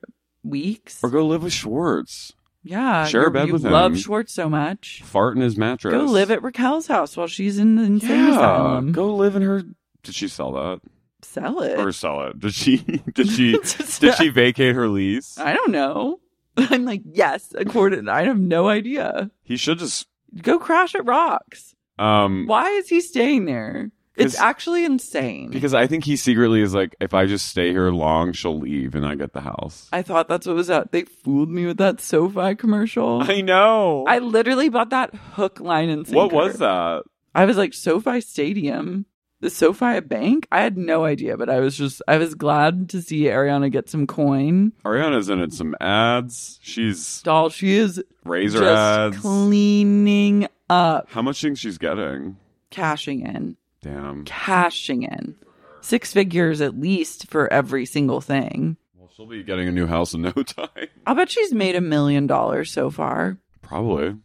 Speaker 5: weeks?
Speaker 6: or go live with Schwartz.
Speaker 5: yeah.
Speaker 6: share a
Speaker 5: you're-
Speaker 6: bed
Speaker 5: you
Speaker 6: with
Speaker 5: love
Speaker 6: him.
Speaker 5: Schwartz so much.
Speaker 6: Fart in his mattress.
Speaker 5: Go live at Um, Raquel's house while she's in the insane
Speaker 6: Yeah.
Speaker 5: asylum.
Speaker 6: Go live in her. Did she sell that
Speaker 5: Sell it.
Speaker 6: or sell it? Did she? Did she? did she vacate her lease?
Speaker 5: I don't know. I'm like, yes, according. I have no idea.
Speaker 6: He should just.
Speaker 5: Go crash at rocks.
Speaker 6: Um.
Speaker 5: Why is he staying there? It's
Speaker 6: 'Cause-
Speaker 5: actually insane.
Speaker 6: Because I think he secretly is like, if I just stay here long, she'll leave, and I get the house.
Speaker 5: I thought that's what was out. They fooled me with that SoFi commercial. I,
Speaker 6: know.
Speaker 5: literally bought that hook, line, and sinker.
Speaker 6: what was that?
Speaker 5: I was like, SoFi Stadium. The SoFi a bank? I had no idea, but I was just, I was glad to see Ariana get some coin.
Speaker 6: Ariana's in it. Some ads. She's
Speaker 5: Doll, she is
Speaker 6: razor
Speaker 5: just
Speaker 6: ads.
Speaker 5: cleaning up,
Speaker 6: How much do you think she's getting?
Speaker 5: cashing in.
Speaker 6: Damn.
Speaker 5: cashing in six figures at least for every single thing.
Speaker 6: Well, she'll be getting a new house in no time.
Speaker 5: I'll bet she's made a million dollars so far,
Speaker 6: Probably.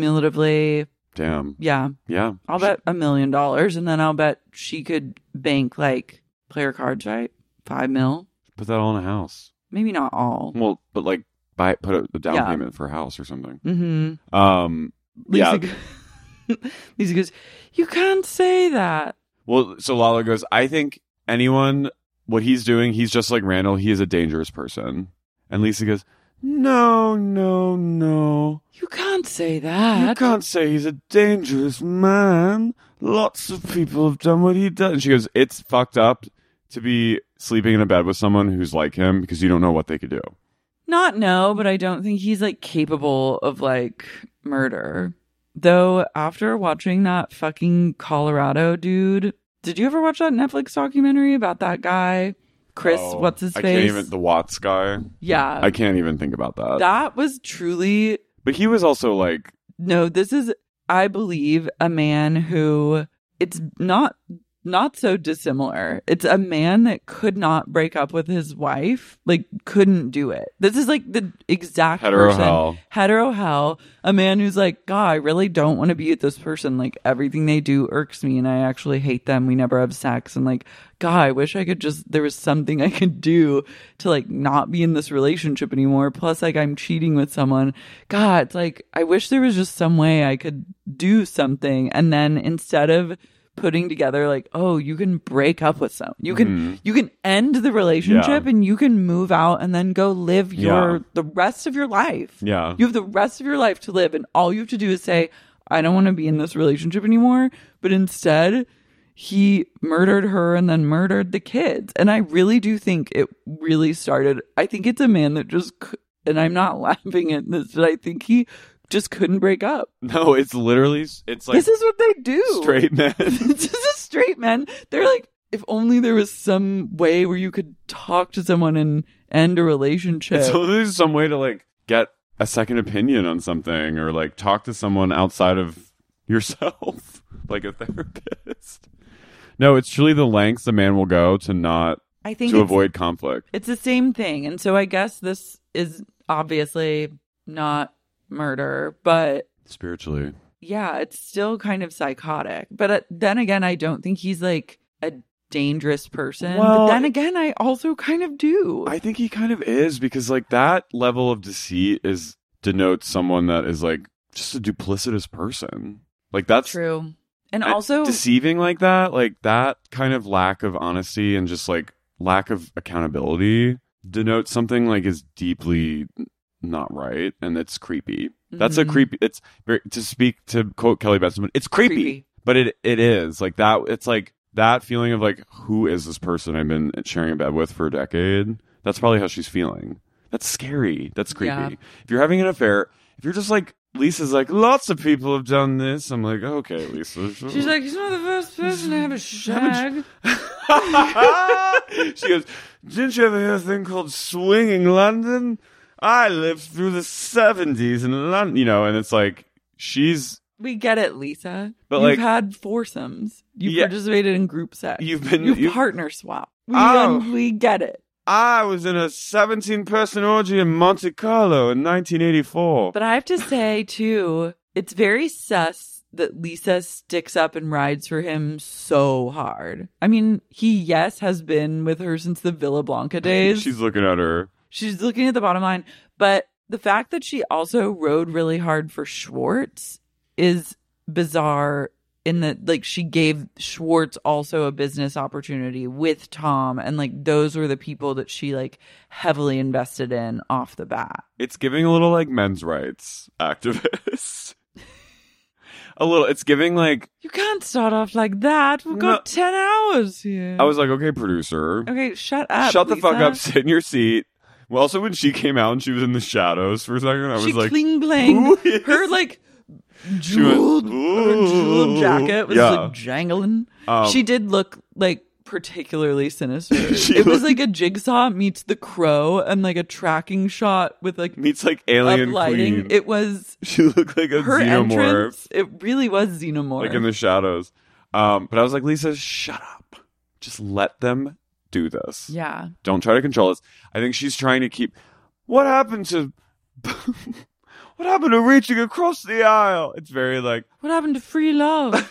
Speaker 5: cumulatively.
Speaker 6: Damn.
Speaker 5: Yeah,
Speaker 6: Yeah.
Speaker 5: I'll bet a million dollars, and then I'll bet she could bank like player cards, right? Five mil,
Speaker 6: Put that all in a house.
Speaker 5: maybe not all.
Speaker 6: Well, but like buy put a, a down
Speaker 5: Yeah.
Speaker 6: payment for a house or something.
Speaker 5: Mm-hmm.
Speaker 6: Um Yeah.
Speaker 5: Lisa, go- Lisa goes, "You can't say that."
Speaker 6: well so Lala goes, I think anyone what he's doing, he's just like Randall, he is a dangerous person. And Lisa goes, No, no, no.
Speaker 5: You can't say
Speaker 6: You
Speaker 5: that.
Speaker 6: can't say he's a dangerous man. Lots of people have done what he does. And she goes, It's fucked up to be sleeping in a bed with someone who's like him because you don't know what they could do.
Speaker 5: Not no, but I don't think he's like capable of like murder. Though after watching that fucking Colorado dude, did you ever watch that Netflix documentary about that guy, Chris?
Speaker 6: Oh,
Speaker 5: what's his
Speaker 6: I
Speaker 5: face? Uh,
Speaker 6: can't even the Watts guy.
Speaker 5: yeah,
Speaker 6: I can't uh, even think about that.
Speaker 5: that was truly
Speaker 6: But he was also like,
Speaker 5: no. This is, I believe, a man who it's not not so dissimilar. It's a man that could not break up with his wife, like couldn't do it. This is like the exact
Speaker 6: Hetero
Speaker 5: person.
Speaker 6: hell.
Speaker 5: Hetero hell. A man who's like, God, I really don't want to be with this person. Like everything they do irks me and I actually hate them. We never have sex. And like, God, I wish I could just there was something I could do to like not be in this relationship anymore. Plus, like I'm cheating with someone. God, it's like I wish there was just some way I could do something. And then instead of putting together like oh you can break up with some you can you can end the relationship
Speaker 6: Mm-hmm. Yeah.
Speaker 5: and you can move out and then go live your
Speaker 6: Yeah.
Speaker 5: the rest of your life
Speaker 6: Yeah.
Speaker 5: you have the rest of your life to live and all you have to do is say i don't want to be in this relationship anymore but instead he murdered her and then murdered the kids and i really do think it really started i think it's a man that just c- and i'm not laughing at this but i think he just couldn't break up
Speaker 6: No, it's literally it's like
Speaker 5: this is what they do
Speaker 6: straight men.
Speaker 5: this is a straight man. They're like, if only there was some way where you could talk to someone and end a relationship.
Speaker 6: so there's some way to like get a second opinion on something or like talk to someone outside of yourself, like a therapist. No, it's truly the lengths a man will go to not
Speaker 5: I think
Speaker 6: to
Speaker 5: it's-
Speaker 6: avoid conflict.
Speaker 5: It's the same thing. And so I guess this is obviously not murder, but
Speaker 6: Spiritually.
Speaker 5: yeah, it's still kind of psychotic. But uh, then again, I don't think he's like a dangerous person. but
Speaker 6: Well,
Speaker 5: then again, I also kind of do.
Speaker 6: I think he kind of is because like that level of deceit is denotes someone that is like just a duplicitous person. Like that's
Speaker 5: True. And
Speaker 6: I-
Speaker 5: also,
Speaker 6: deceiving like that, like that kind of lack of honesty and just like lack of accountability denotes something like is deeply not right and it's creepy. That's a
Speaker 5: Mhm.
Speaker 6: creepy. It's very, to speak to quote Kelly Benjamin. It's creepy,
Speaker 5: Creepy.
Speaker 6: but it it is like that. It's like that feeling of like who is this person I've been sharing a bed with for a decade. That's probably how she's feeling. That's scary. That's creepy.
Speaker 5: Yeah.
Speaker 6: If you're having an affair, if you're just like Lisa's, like lots of people have done this. I'm like, okay, Lisa.
Speaker 5: she's like, she's not the first person to have a
Speaker 6: Mm-hmm.
Speaker 5: shag.
Speaker 6: she goes, Didn't you ever hear a thing called swinging London? I lived through the 70s in London, you know, and it's like, she's,
Speaker 5: We get it, Lisa.
Speaker 6: But,
Speaker 5: you've
Speaker 6: like-
Speaker 5: had foursomes. You
Speaker 6: Yeah.
Speaker 5: have participated in group sex.
Speaker 6: You've been-
Speaker 5: you've
Speaker 6: you've-
Speaker 5: partner swap. We,
Speaker 6: Oh.
Speaker 5: un- we get it.
Speaker 6: I was in a 17 person orgy in Monte Carlo in 1984.
Speaker 5: But I have to say too, it's very sus that Lisa sticks up and rides for him so hard. I mean, he yes has been with her since the Villa Blanca days.
Speaker 6: she's looking at her.
Speaker 5: She's looking at the bottom line, but the fact that she also rode really hard for Schwartz is bizarre. In that, like, she gave Schwartz also a business opportunity with Tom, and like, those were the people that she like heavily invested in off the bat.
Speaker 6: It's giving a little like men's rights activists. a little, it's giving like,
Speaker 5: You can't start off like that. We've
Speaker 6: No.
Speaker 5: got ten hours here.
Speaker 6: I was like, okay, producer.
Speaker 5: okay. Shut up.
Speaker 6: Shut the fuck
Speaker 5: Lisa.
Speaker 6: up. Sit in your seat. Well, also when she came out and she was in the shadows for a second, I
Speaker 5: she
Speaker 6: was like,
Speaker 5: cling bling.
Speaker 6: who is-
Speaker 5: Her like
Speaker 6: She went,
Speaker 5: jeweled, her jeweled
Speaker 6: "Ooh."
Speaker 5: jacket was
Speaker 6: Yeah.
Speaker 5: like jangling.
Speaker 6: Um,
Speaker 5: she did look like particularly sinister. it
Speaker 6: She
Speaker 5: was
Speaker 6: looked-
Speaker 5: like a jigsaw meets the crow and like a tracking shot with like
Speaker 6: meets like alien
Speaker 5: uplighting.
Speaker 6: queen.
Speaker 5: It was
Speaker 6: she looked like a
Speaker 5: her
Speaker 6: xenomorph,
Speaker 5: entrance. It really was xenomorph.
Speaker 6: like in the shadows. Um, but I was like, Lisa, shut up. Just let them do this.
Speaker 5: yeah.
Speaker 6: Don't try to control us. I think she's trying to keep. What happened to? what happened to reaching across the aisle? It's very like
Speaker 5: What happened to free love?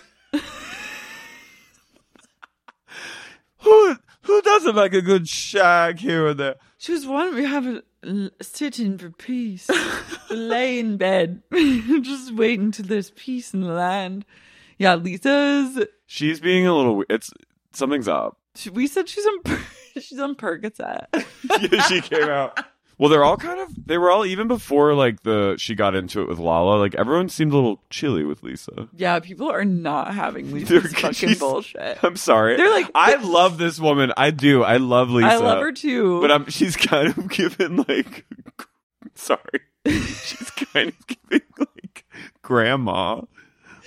Speaker 6: who who doesn't like a good shag here and there.
Speaker 5: she was one. We have a l- sit in for peace, lay in bed, just wait until there's peace in the land. Yeah, Lisa's
Speaker 6: She's being a little. we- It's something's up.
Speaker 5: She- we said she's on per- she's on Percocet.
Speaker 6: yeah, she came out. Well, they're all kind of they were all even before like the she got into it with Lala. Like everyone seemed a little chilly with Lisa.
Speaker 5: yeah, people are not having
Speaker 6: They're-
Speaker 5: Lisa's fucking
Speaker 6: she's-
Speaker 5: bullshit.
Speaker 6: I'm sorry.
Speaker 5: They're like-
Speaker 6: I love this woman. I do. I love Lisa.
Speaker 5: I love her too.
Speaker 6: But I'm, she's kind of given like, sorry, she's kind of giving like grandma.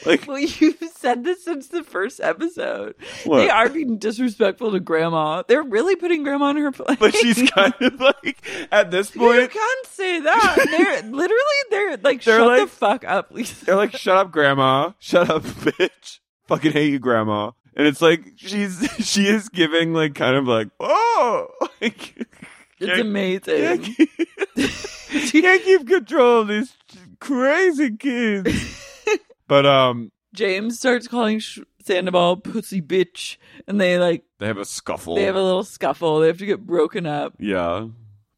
Speaker 6: Like
Speaker 5: well, you've said this since the first episode.
Speaker 6: What?
Speaker 5: They are being disrespectful to grandma. They're really putting grandma in her place.
Speaker 6: but she's kind of like at this
Speaker 5: You
Speaker 6: point
Speaker 5: can't say that. They're literally they're like
Speaker 6: They're
Speaker 5: shut the
Speaker 6: like-
Speaker 5: fuck up, Lisa.
Speaker 6: They're like, shut up, grandma. Shut up, bitch. Fucking hate you, grandma. and it's like she's she is giving like kind of like oh like,
Speaker 5: It's
Speaker 6: can't,
Speaker 5: amazing.
Speaker 6: she can't keep control of these crazy kids. but um,
Speaker 5: James starts calling Sh- Sandoval pussy bitch, and they like
Speaker 6: they have a scuffle.
Speaker 5: they have a little scuffle. They have to get broken up.
Speaker 6: yeah,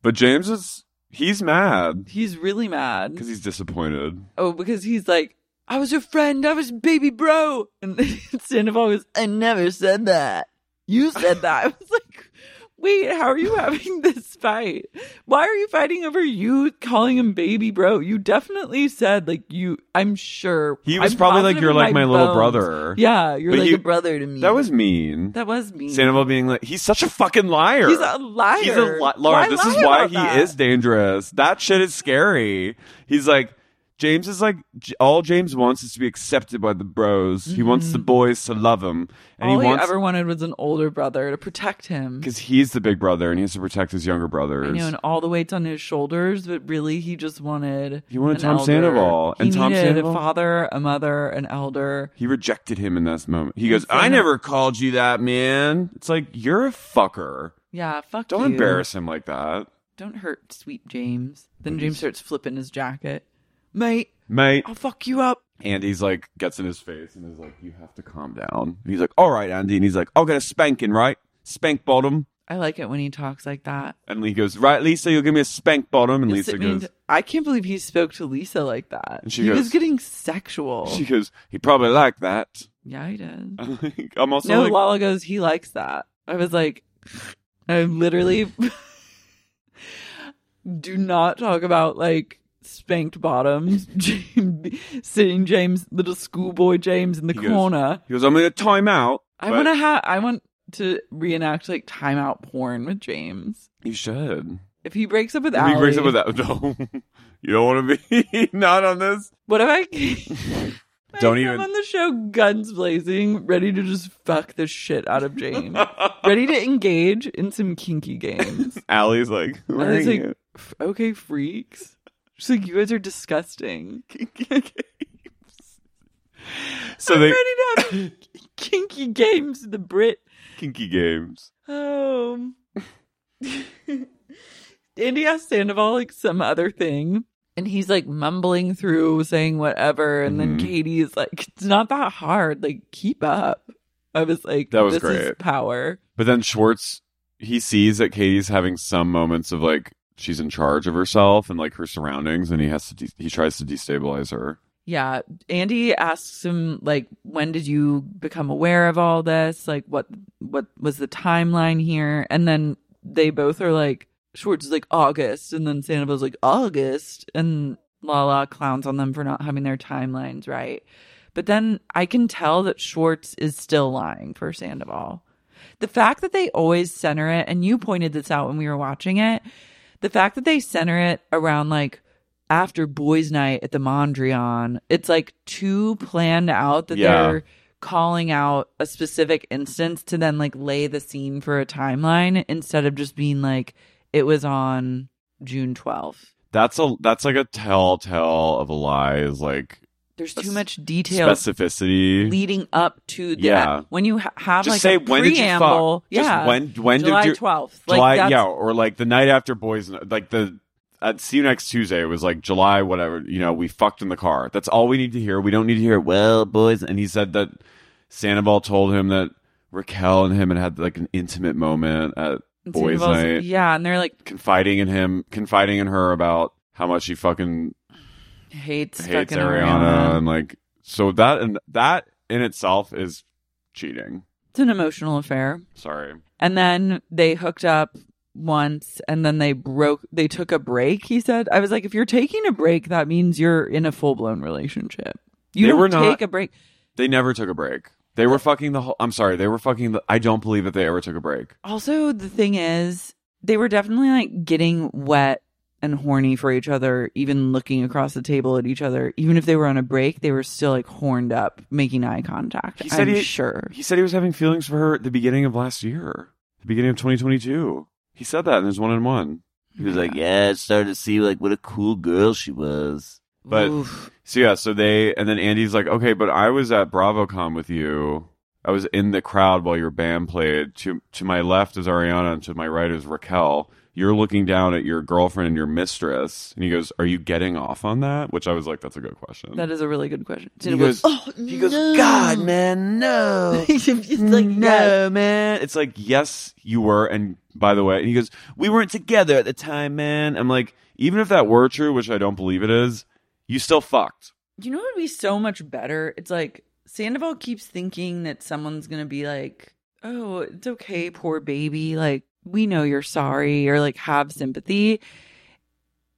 Speaker 6: but James is he's mad
Speaker 5: He's really mad.
Speaker 6: because he's disappointed.
Speaker 5: Oh, because he's like, I was your friend. I was baby bro. And Sandoval goes, I never said that. You said that. I was like, wait, how are you having this fight? Why are you fighting over you calling him baby bro? You definitely said, like, you, I'm sure.
Speaker 6: He was
Speaker 5: I'm
Speaker 6: probably like,
Speaker 5: positive
Speaker 6: "You're
Speaker 5: in
Speaker 6: like my little
Speaker 5: bones.
Speaker 6: brother."
Speaker 5: Yeah, you're
Speaker 6: But
Speaker 5: like
Speaker 6: he-
Speaker 5: a brother to me.
Speaker 6: That was mean.
Speaker 5: That was me.
Speaker 6: Sandoval being like, he's such a fucking liar.
Speaker 5: He's a liar.
Speaker 6: He's a li- Laura,
Speaker 5: Why
Speaker 6: this
Speaker 5: lie
Speaker 6: is why
Speaker 5: about
Speaker 6: he
Speaker 5: that?
Speaker 6: is dangerous. That shit is scary. He's like, James is like, J- all James wants is to be accepted by the bros. He wants the boys to love him. And
Speaker 5: Mm-hmm. All
Speaker 6: he
Speaker 5: he,
Speaker 6: wants,
Speaker 5: ever wanted was an older brother to protect him.
Speaker 6: because he's the big brother and he has to protect his younger brothers.
Speaker 5: I know, and all the weight's on his shoulders, but really he just wanted
Speaker 6: He wanted
Speaker 5: an
Speaker 6: Tom Sandoval,
Speaker 5: He
Speaker 6: and Tom
Speaker 5: needed
Speaker 6: Sandoval-
Speaker 5: a father, a mother, an elder.
Speaker 6: he rejected him in this moment. He goes, I never called you that, man. It's like, you're a fucker.
Speaker 5: Yeah, fuck.
Speaker 6: Don't
Speaker 5: you.
Speaker 6: embarrass him like that.
Speaker 5: Don't hurt, sweet James. Then James starts flipping his jacket, mate.
Speaker 6: Mate.
Speaker 5: I'll fuck you up.
Speaker 6: Andy's like gets in his face and is like, "You have to calm down." And he's like, "All right, Andy," and he's like, "I'll get a spanking, right? Spank bottom."
Speaker 5: I like it when he talks like that.
Speaker 6: And he goes, "Right, Lisa, you'll give me a spank bottom." And
Speaker 5: Yes,
Speaker 6: Lisa
Speaker 5: it means-
Speaker 6: goes,
Speaker 5: I can't believe he spoke to Lisa like that.
Speaker 6: And she
Speaker 5: he was
Speaker 6: goes-
Speaker 5: getting sexual.
Speaker 6: "She goes, he probably liked that."
Speaker 5: yeah, he did.
Speaker 6: I'm like- I'm also
Speaker 5: no,
Speaker 6: like,
Speaker 5: Lala goes, he likes that. I was like, I literally do not talk about like spanked bottoms, James, sitting James, little schoolboy James in the
Speaker 6: He goes-
Speaker 5: corner.
Speaker 6: he goes, "I'm in a timeout."
Speaker 5: I
Speaker 6: but
Speaker 5: want to have, I want to reenact like timeout porn with James.
Speaker 6: You should.
Speaker 5: If he breaks up with
Speaker 6: If
Speaker 5: Allie,
Speaker 6: He breaks up with that. No, you don't want to be not on this.
Speaker 5: what if I? I
Speaker 6: Don't
Speaker 5: come
Speaker 6: even-
Speaker 5: on the show, guns blazing, ready to just fuck the shit out of James, ready to engage in some kinky games.
Speaker 6: Allie's like, "Where
Speaker 5: And
Speaker 6: are
Speaker 5: it's like,
Speaker 6: you?"
Speaker 5: "F- okay, freaks. She's like, you guys are disgusting.
Speaker 6: So
Speaker 5: I'm
Speaker 6: they
Speaker 5: ready to have kinky games with the Brit.
Speaker 6: kinky games.
Speaker 5: Um, Andy asks Sandoval like some other thing, and he's like mumbling through, saying whatever. And
Speaker 6: Mm-hmm.
Speaker 5: then Katie is like, "It's not that hard. Like, keep up." I was like,
Speaker 6: That was
Speaker 5: this is
Speaker 6: great.
Speaker 5: power."
Speaker 6: But then Schwartz, he sees that Katie's having some moments of like she's in charge of herself and like her surroundings, and he has to de- he tries to destabilize her.
Speaker 5: Yeah. Andy asks him like when did you become aware of all this? Like what what was the timeline here? And then they both are like Schwartz is like August and then Sandoval's like August and Lala clowns on them for not having their timelines right. But then I can tell that Schwartz is still lying for Sandoval. The fact that they always center it and you pointed this out when we were watching it, the fact that they center it around like after boys' night at the Mondrian, it's like too planned out that
Speaker 6: Yeah.
Speaker 5: they're calling out a specific instance to then like lay the scene for a timeline instead of just being like it was on June 12th.
Speaker 6: That's a that's like a telltale of a lie is like
Speaker 5: There's
Speaker 6: Spec-
Speaker 5: too much detail
Speaker 6: specificity.
Speaker 5: leading up to the
Speaker 6: Yeah.
Speaker 5: when you ha- have
Speaker 6: Just
Speaker 5: like
Speaker 6: say
Speaker 5: a
Speaker 6: when did you
Speaker 5: preamble.
Speaker 6: fuck? Just
Speaker 5: Yeah.
Speaker 6: when- when did
Speaker 5: July
Speaker 6: you-
Speaker 5: 12th.
Speaker 6: July,
Speaker 5: like that's,
Speaker 6: yeah, or like the night after boys, N- like the at see you next Tuesday. It was like July, whatever. You know, we fucked in the car. That's all we need to hear. We don't need to hear well, boys. And he said that Sandoval told him that Raquel and him had had like an intimate moment at
Speaker 5: and
Speaker 6: boys'
Speaker 5: Sandoval's-
Speaker 6: night.
Speaker 5: Yeah, and they're like
Speaker 6: confiding in him, confiding in her about how much he fucking
Speaker 5: hates
Speaker 6: hates
Speaker 5: fucking
Speaker 6: Ariana,
Speaker 5: Ariana.
Speaker 6: and like so that and that in itself is cheating.
Speaker 5: It's an emotional affair.
Speaker 6: Sorry,
Speaker 5: And then they hooked up once and then they broke they took a break, he said. I was like, if you're taking a break, that means you're in a full blown relationship. You
Speaker 6: They
Speaker 5: don't
Speaker 6: were not-
Speaker 5: take a break.
Speaker 6: they never took a break. They were fucking the whole. I'm sorry, they were fucking the. I don't believe that they ever took a break.
Speaker 5: Also, the thing is, they were definitely like getting wet and horny for each other, even looking across the table at each other. Even if they were on a break, they were still like horned up, making eye contact.
Speaker 6: He said
Speaker 5: I'm
Speaker 6: he-
Speaker 5: sure.
Speaker 6: He said he was having feelings for her at the beginning of last year, the beginning of 2022. He said that in his one on one. He was like, "Yeah, I started to see like what a cool girl she was." But
Speaker 5: Oof.
Speaker 6: So yeah, so they and then Andy's like, okay, but I was at BravoCon with you, I was in the crowd while your band played. To to my left is Ariana, and to my right is Raquel. You're looking down at your girlfriend and your mistress, and he goes, "Are you getting off on that?" Which I was like, "That's a good question."
Speaker 5: That is a really good question. Oh,
Speaker 6: he goes, he goes, God, man, no.
Speaker 5: Mm, He's just like,
Speaker 6: no, man. It's like, yes, you were. And by the way, and he goes, we weren't together at the time, man. I'm like, even if that were true, which I don't believe it is, you still fucked.
Speaker 5: You know what would be so much better? It's like Sandoval keeps thinking that someone's going to be like, oh, it's okay, poor baby. Like, we know you're sorry or like have sympathy.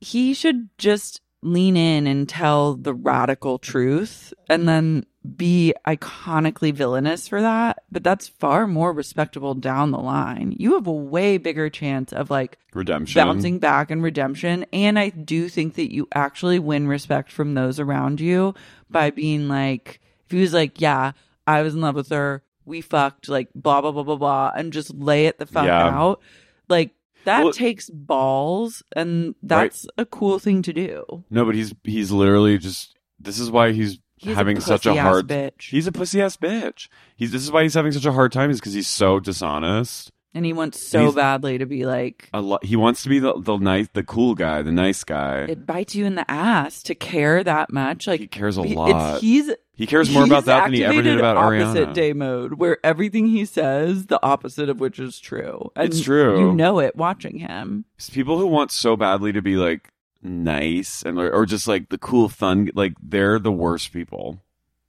Speaker 5: He should just lean in and tell the radical truth and then be iconically villainous for that. But that's far more respectable down the line. You have a way bigger chance of like
Speaker 6: Redemption.
Speaker 5: bouncing back and redemption. And I do think that you actually win respect from those around you by being like, if he was like, yeah, I was in love with her, we fucked, like blah blah blah blah blah, and just lay it the fuck
Speaker 6: Yeah.
Speaker 5: out, like that
Speaker 6: Well-
Speaker 5: takes balls, and that's a cool thing to do.
Speaker 6: No, but he's he's literally just. This is why he's,
Speaker 5: He's a
Speaker 6: having such a
Speaker 5: pussy-ass
Speaker 6: hard.
Speaker 5: bitch.
Speaker 6: He's a pussy ass bitch. He's this is why he's having such a hard time. Is because he's so dishonest.
Speaker 5: And he wants so
Speaker 6: He's-
Speaker 5: badly to be like,
Speaker 6: A lo- he wants to be the the nice, the cool guy, the nice guy.
Speaker 5: it bites you in the ass to care that much. Like
Speaker 6: He cares a
Speaker 5: he- it's-
Speaker 6: lot.
Speaker 5: he's
Speaker 6: he cares more about
Speaker 5: he's
Speaker 6: that than he ever did
Speaker 5: activated
Speaker 6: about
Speaker 5: opposite
Speaker 6: Ariana.
Speaker 5: day mode, where everything he says, the opposite of which is true.
Speaker 6: It's true.
Speaker 5: You know it watching him.
Speaker 6: It's people who want so badly to be like nice and or just like the cool fun like they're the worst people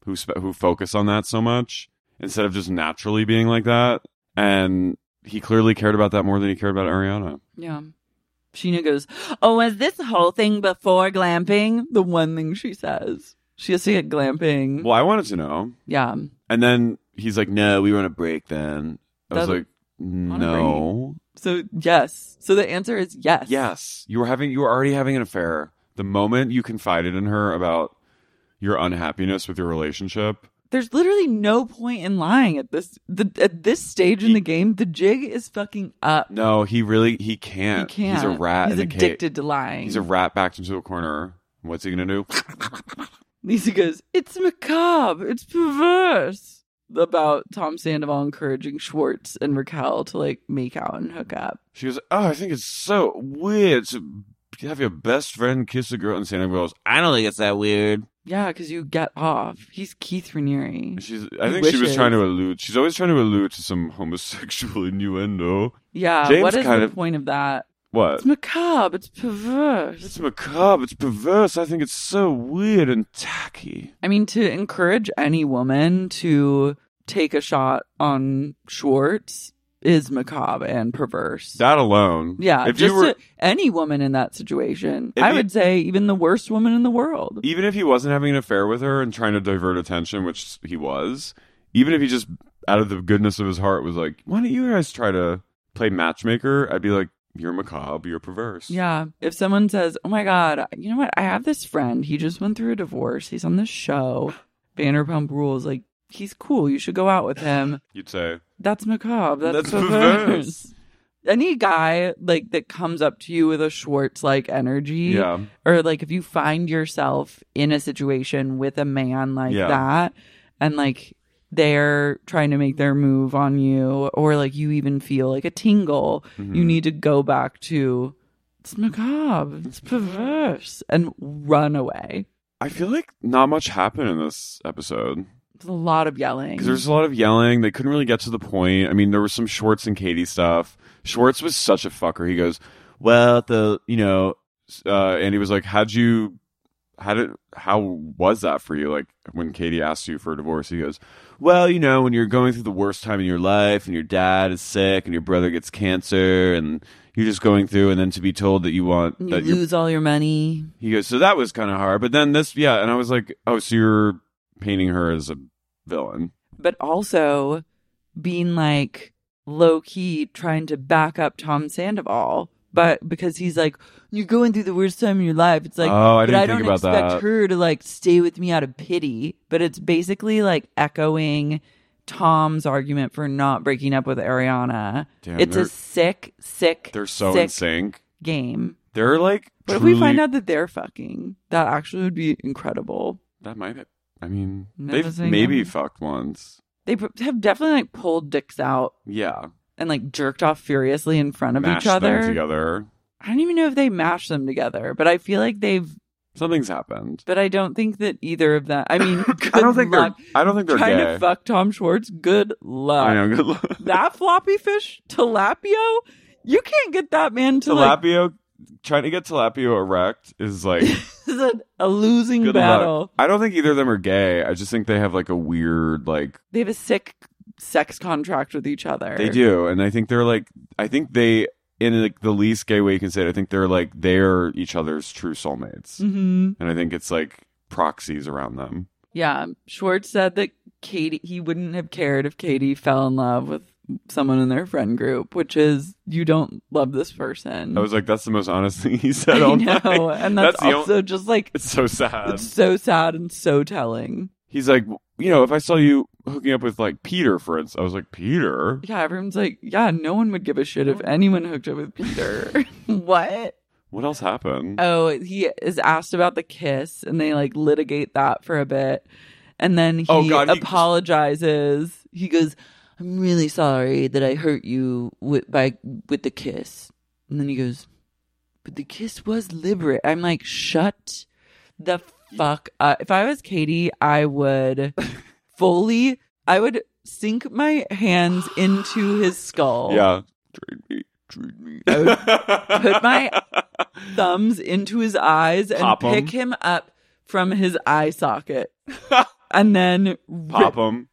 Speaker 6: who sp- who focus on that so much instead of just naturally being like that and he clearly cared about that more than he cared about Ariana.
Speaker 5: Yeah. Sheena goes, Oh, was this whole thing before glamping? The one thing she says. She has to get glamping.
Speaker 6: Well, I wanted to know.
Speaker 5: Yeah.
Speaker 6: And then he's like, "No, we were on a break then." I was
Speaker 5: That-
Speaker 6: like,
Speaker 5: a
Speaker 6: "No.
Speaker 5: So, yes. So the answer is yes.
Speaker 6: Yes, you were having you were already having an affair. The moment you confided in her about your unhappiness with your relationship,
Speaker 5: There's literally no point in lying at this the, at this stage in the game. The jig is fucking up.
Speaker 6: No, he really he
Speaker 5: You
Speaker 6: can't.
Speaker 5: can't.
Speaker 6: He's a rat.
Speaker 5: He's
Speaker 6: in a cage.
Speaker 5: addicted to lying.
Speaker 6: He's a rat backed into a corner. What's he gonna do?
Speaker 5: Lisa goes, It's macabre. It's perverse. About Tom Sandoval encouraging Schwartz and Raquel to like make out and hook up.
Speaker 6: She goes, "Oh, I think it's so weird to have your best friend kiss a girl." And Santa goes, "I don't think it's that weird."
Speaker 5: Yeah, because you get off. He's Keith Raniere.
Speaker 6: And she's. I
Speaker 5: He
Speaker 6: think she was
Speaker 5: wishes.
Speaker 6: trying to allude. She's always trying to allude to some homosexual innuendo.
Speaker 5: Yeah,
Speaker 6: James
Speaker 5: what is
Speaker 6: kind
Speaker 5: the
Speaker 6: of-
Speaker 5: point of that?
Speaker 6: What?
Speaker 5: It's macabre. It's perverse.
Speaker 6: It's macabre. It's perverse. I think it's so weird and tacky.
Speaker 5: I mean, to encourage any woman to take a shot on Schwartz is macabre and perverse.
Speaker 6: That alone.
Speaker 5: yeah,
Speaker 6: If
Speaker 5: just
Speaker 6: you were,
Speaker 5: to- any woman in that situation,
Speaker 6: If
Speaker 5: I
Speaker 6: you-
Speaker 5: would say even the worst woman in the world.
Speaker 6: even if he wasn't having an affair with her and trying to divert attention, which he was, even if he just out of the goodness of his heart was like, "Why don't you guys try to play matchmaker?" I'd be like, "You're macabre. You're perverse."
Speaker 5: Yeah. If someone says, Oh my God, you know what? I have this friend. He just went through a divorce. He's on this show. Vanderpump rules. Like, he's cool. You should go out with him.
Speaker 6: You'd say,
Speaker 5: That's macabre.
Speaker 6: That's
Speaker 5: That's,
Speaker 6: perverse.
Speaker 5: perverse. Any guy like that comes up to you with a Schwartz like energy.
Speaker 6: "Yeah,
Speaker 5: Or like if you find yourself in a situation with a man like
Speaker 6: Yeah.
Speaker 5: that and like they're trying to make their move on you or like you even feel like a tingle,
Speaker 6: Mm-hmm.
Speaker 5: you need to go back to it's macabre, it's perverse, and run away.
Speaker 6: I feel like not much happened in this episode
Speaker 5: It's a lot of yelling.
Speaker 6: because there's a lot of yelling. They couldn't really get to the point. I mean, there was some Schwartz and Katie stuff. Schwartz was such a fucker. He goes, "Well, the you know," uh, and he was like, "How'd you?" How did how was that for you? Like when Katie asked you for a divorce, he goes, "Well, you know, when you're going through the worst time in your life, and your dad is sick, and your brother gets cancer, and you're just going through, and then to be told that you want
Speaker 5: you
Speaker 6: that your
Speaker 5: lose all your money.
Speaker 6: he goes, so that was kind of hard. But then this, yeah. And I was like, oh, so you're painting her as a villain.
Speaker 5: but also being like low key trying to back up Tom Sandoval. But because he's like, you're going through the worst time in your life. It's like,
Speaker 6: Oh, I
Speaker 5: but
Speaker 6: didn't
Speaker 5: I
Speaker 6: think
Speaker 5: don't
Speaker 6: about
Speaker 5: expect
Speaker 6: that.
Speaker 5: her to like stay with me out of pity. But it's basically like echoing Tom's argument for not breaking up with Ariana.
Speaker 6: Damn,
Speaker 5: it's
Speaker 6: they're-
Speaker 5: a sick, sick,
Speaker 6: They're so
Speaker 5: sick
Speaker 6: in sync.
Speaker 5: game.
Speaker 6: They're like,
Speaker 5: But if we
Speaker 6: truly-
Speaker 5: find out that they're fucking, that actually would be incredible.
Speaker 6: that might, I mean,
Speaker 5: Never
Speaker 6: they've
Speaker 5: seen
Speaker 6: maybe
Speaker 5: them.
Speaker 6: fucked once.
Speaker 5: They pr- have definitely like pulled dicks out
Speaker 6: Yeah.
Speaker 5: and like jerked off furiously in front of
Speaker 6: Mash
Speaker 5: each other.
Speaker 6: them together.
Speaker 5: I don't even know if they mashed them together, but I feel like they've.
Speaker 6: Something's happened.
Speaker 5: But I don't think that either of them. I mean, good
Speaker 6: I don't think
Speaker 5: luck.
Speaker 6: they're. I don't think they're
Speaker 5: trying
Speaker 6: gay.
Speaker 5: to fuck Tom Schwartz. Good luck.
Speaker 6: I know. Good luck.
Speaker 5: that floppy fish tilapio you can't get that man to like
Speaker 6: Tilapio. trying to get tilapio erect is like
Speaker 5: this is a, a losing
Speaker 6: good
Speaker 5: battle
Speaker 6: luck. I don't think either of them are gay. I just think they have like a weird like
Speaker 5: they have a sick sex contract with each other
Speaker 6: They do, and I think they're like I think they in like the least gay way you can say it. I think they're like they're each other's true soulmates,
Speaker 5: hmm
Speaker 6: and I think it's like proxies around them.
Speaker 5: yeah schwartz said that katie he wouldn't have cared if katie fell in love with someone in their friend group which is you don't love this person
Speaker 6: I was like, that's the most honest thing he
Speaker 5: I
Speaker 6: said. all night.
Speaker 5: know and that's,
Speaker 6: the
Speaker 5: also
Speaker 6: only,
Speaker 5: just like
Speaker 6: it's so sad.
Speaker 5: it's so sad and so telling
Speaker 6: He's like, you know, if I saw you hooking up with like Peter, for instance, I was like, Peter.
Speaker 5: yeah everyone's like yeah no one would give a shit if anyone hooked up with peter what
Speaker 6: What else happened?
Speaker 5: Oh, he is asked about the kiss, and they like litigate that for a bit, and then he
Speaker 6: Oh, God, he-
Speaker 5: apologizes. He goes, "I'm really sorry that I hurt you with by with the kiss," and then he goes, "But the kiss was deliberate." I'm like, "Shut the fuck up!" If I was Katie, I would fully, I would sink my hands into his skull.
Speaker 6: yeah, trade me, trade me.
Speaker 5: I would put my thumbs into his eyes and
Speaker 6: Pop 'em.
Speaker 5: pick him up from his eye socket and then rip,
Speaker 6: pop him.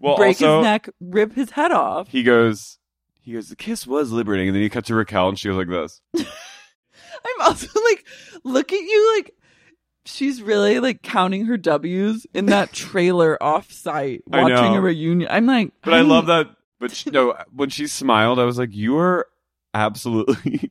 Speaker 6: Well,
Speaker 5: break
Speaker 6: also,
Speaker 5: his neck, rip his head off.
Speaker 6: he goes he goes the kiss was liberating and then he cut to raquel and she goes like this
Speaker 5: I'm also like, look at you like she's really like counting her W's in that trailer off site
Speaker 6: I
Speaker 5: watching
Speaker 6: know.
Speaker 5: a reunion. I'm like
Speaker 6: but i
Speaker 5: don't-
Speaker 6: love that but she, no when she smiled i was like you are absolutely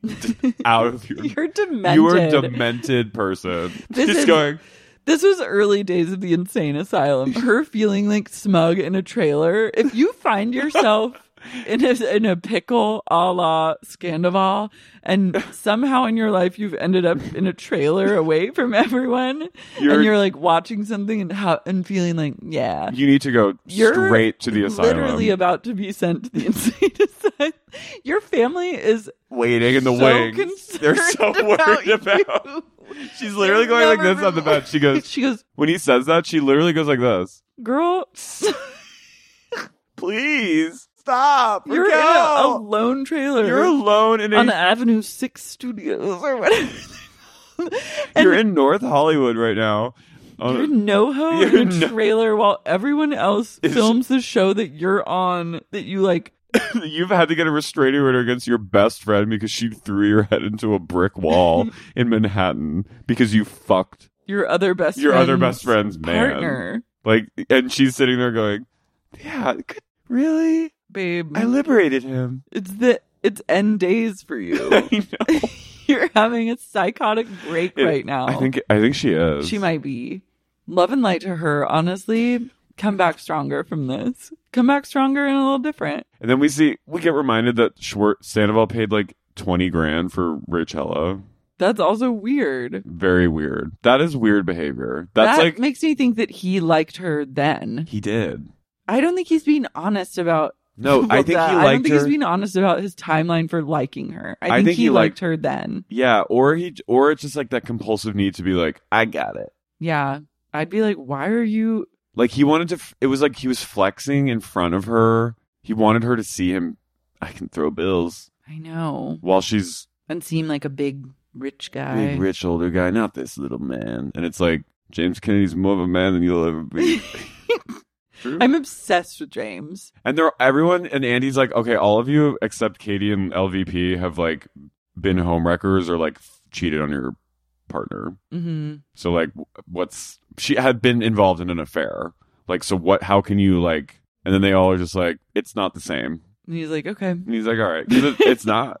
Speaker 6: out of your
Speaker 5: You're demented.
Speaker 6: you are a demented person
Speaker 5: This
Speaker 6: just
Speaker 5: is-
Speaker 6: going
Speaker 5: This was early days of the insane asylum. Her feeling like smug in a trailer. If you find yourself in a, in a pickle a la Scandival, and somehow in your life you've ended up in a trailer away from everyone,
Speaker 6: You're-
Speaker 5: and you're like watching something and how and feeling like yeah,
Speaker 6: you need to go
Speaker 5: you're
Speaker 6: straight to the asylum
Speaker 5: Literally about to be sent to the insane asylum. Your family is
Speaker 6: waiting in the
Speaker 5: so
Speaker 6: wings they're so
Speaker 5: concerned
Speaker 6: worried
Speaker 5: about
Speaker 6: about
Speaker 5: you.
Speaker 6: she's literally going like
Speaker 5: Never
Speaker 6: this on the
Speaker 5: remor-
Speaker 6: bed she goes
Speaker 5: She goes,
Speaker 6: when he says that she literally goes like this
Speaker 5: girl.
Speaker 6: please stop
Speaker 5: You're in a, a
Speaker 6: Raquel!
Speaker 5: lone trailer.
Speaker 6: you're alone in a
Speaker 5: on the Avenue Six Studios or whatever. and
Speaker 6: you're in North Hollywood right now. Oh,
Speaker 5: you're in NoHo
Speaker 6: You're
Speaker 5: in
Speaker 6: no-
Speaker 5: a trailer while everyone else
Speaker 6: Is-
Speaker 5: films the show that you're on that you like.
Speaker 6: you've had to get a restraining order against your best friend because she threw your head into a brick wall in Manhattan because you fucked
Speaker 5: Your other best
Speaker 6: your other best
Speaker 5: friend's
Speaker 6: friend's man.
Speaker 5: partner,
Speaker 6: Like, and she's sitting there going, "Yeah, c- really?
Speaker 5: babe.
Speaker 6: I liberated him."
Speaker 5: it's the it's end days for you.
Speaker 6: I know.
Speaker 5: you're having a psychotic break right now.
Speaker 6: I think I think she is.
Speaker 5: she might be. Love and light to her, honestly. Come back stronger from this. Come back stronger and a little different.
Speaker 6: And then we see we get reminded that Schwartz Sandoval paid like twenty grand for Rich Hella.
Speaker 5: That's also weird.
Speaker 6: Very weird. That is weird behavior. That's
Speaker 5: that
Speaker 6: like
Speaker 5: makes me think that he liked her then.
Speaker 6: he did.
Speaker 5: I don't think he's being honest about.
Speaker 6: No, Oh, I
Speaker 5: about
Speaker 6: think
Speaker 5: that.
Speaker 6: he
Speaker 5: I don't
Speaker 6: liked
Speaker 5: think
Speaker 6: her.
Speaker 5: he's being honest about his timeline for liking her. I think, he, liked her then.
Speaker 6: yeah, or he, or it's just like that compulsive need to be like, I got it.
Speaker 5: Yeah, I'd be like, why are you?
Speaker 6: Like he wanted to. F- it was like he was flexing in front of her. He wanted her to see him. I can throw bills
Speaker 5: I know,
Speaker 6: while she's
Speaker 5: and seem like a big rich
Speaker 6: a
Speaker 5: guy.
Speaker 6: big, rich older guy, not this little man. And it's like James Kennedy's more of a man than you'll ever be. True.
Speaker 5: I'm obsessed with James.
Speaker 6: and they're everyone. And Andy's like, okay, all of you except Katie and LVP have like been homewreckers or like cheated on your partner.
Speaker 5: hmm
Speaker 6: So like, w- what's she had been involved in an affair? Like, so what? How can you like? And then they all are just like, it's not the same.
Speaker 5: And he's like, okay,
Speaker 6: And he's like, all right, 'cause it- it's not.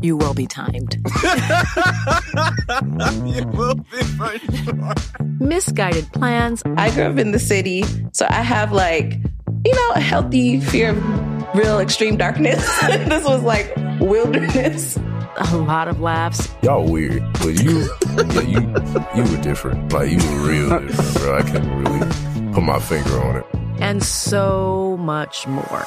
Speaker 9: you will be timed.
Speaker 10: you will be for sure.
Speaker 9: Misguided plans.
Speaker 11: I grew up in the city, so I have like, you know, a healthy fear of real extreme darkness. this was like wilderness.
Speaker 9: A lot of laughs.
Speaker 12: Y'all weird, but you, yeah, you, you were different. Like you were real different, bro. I can't really put my finger on it.
Speaker 9: and so much more.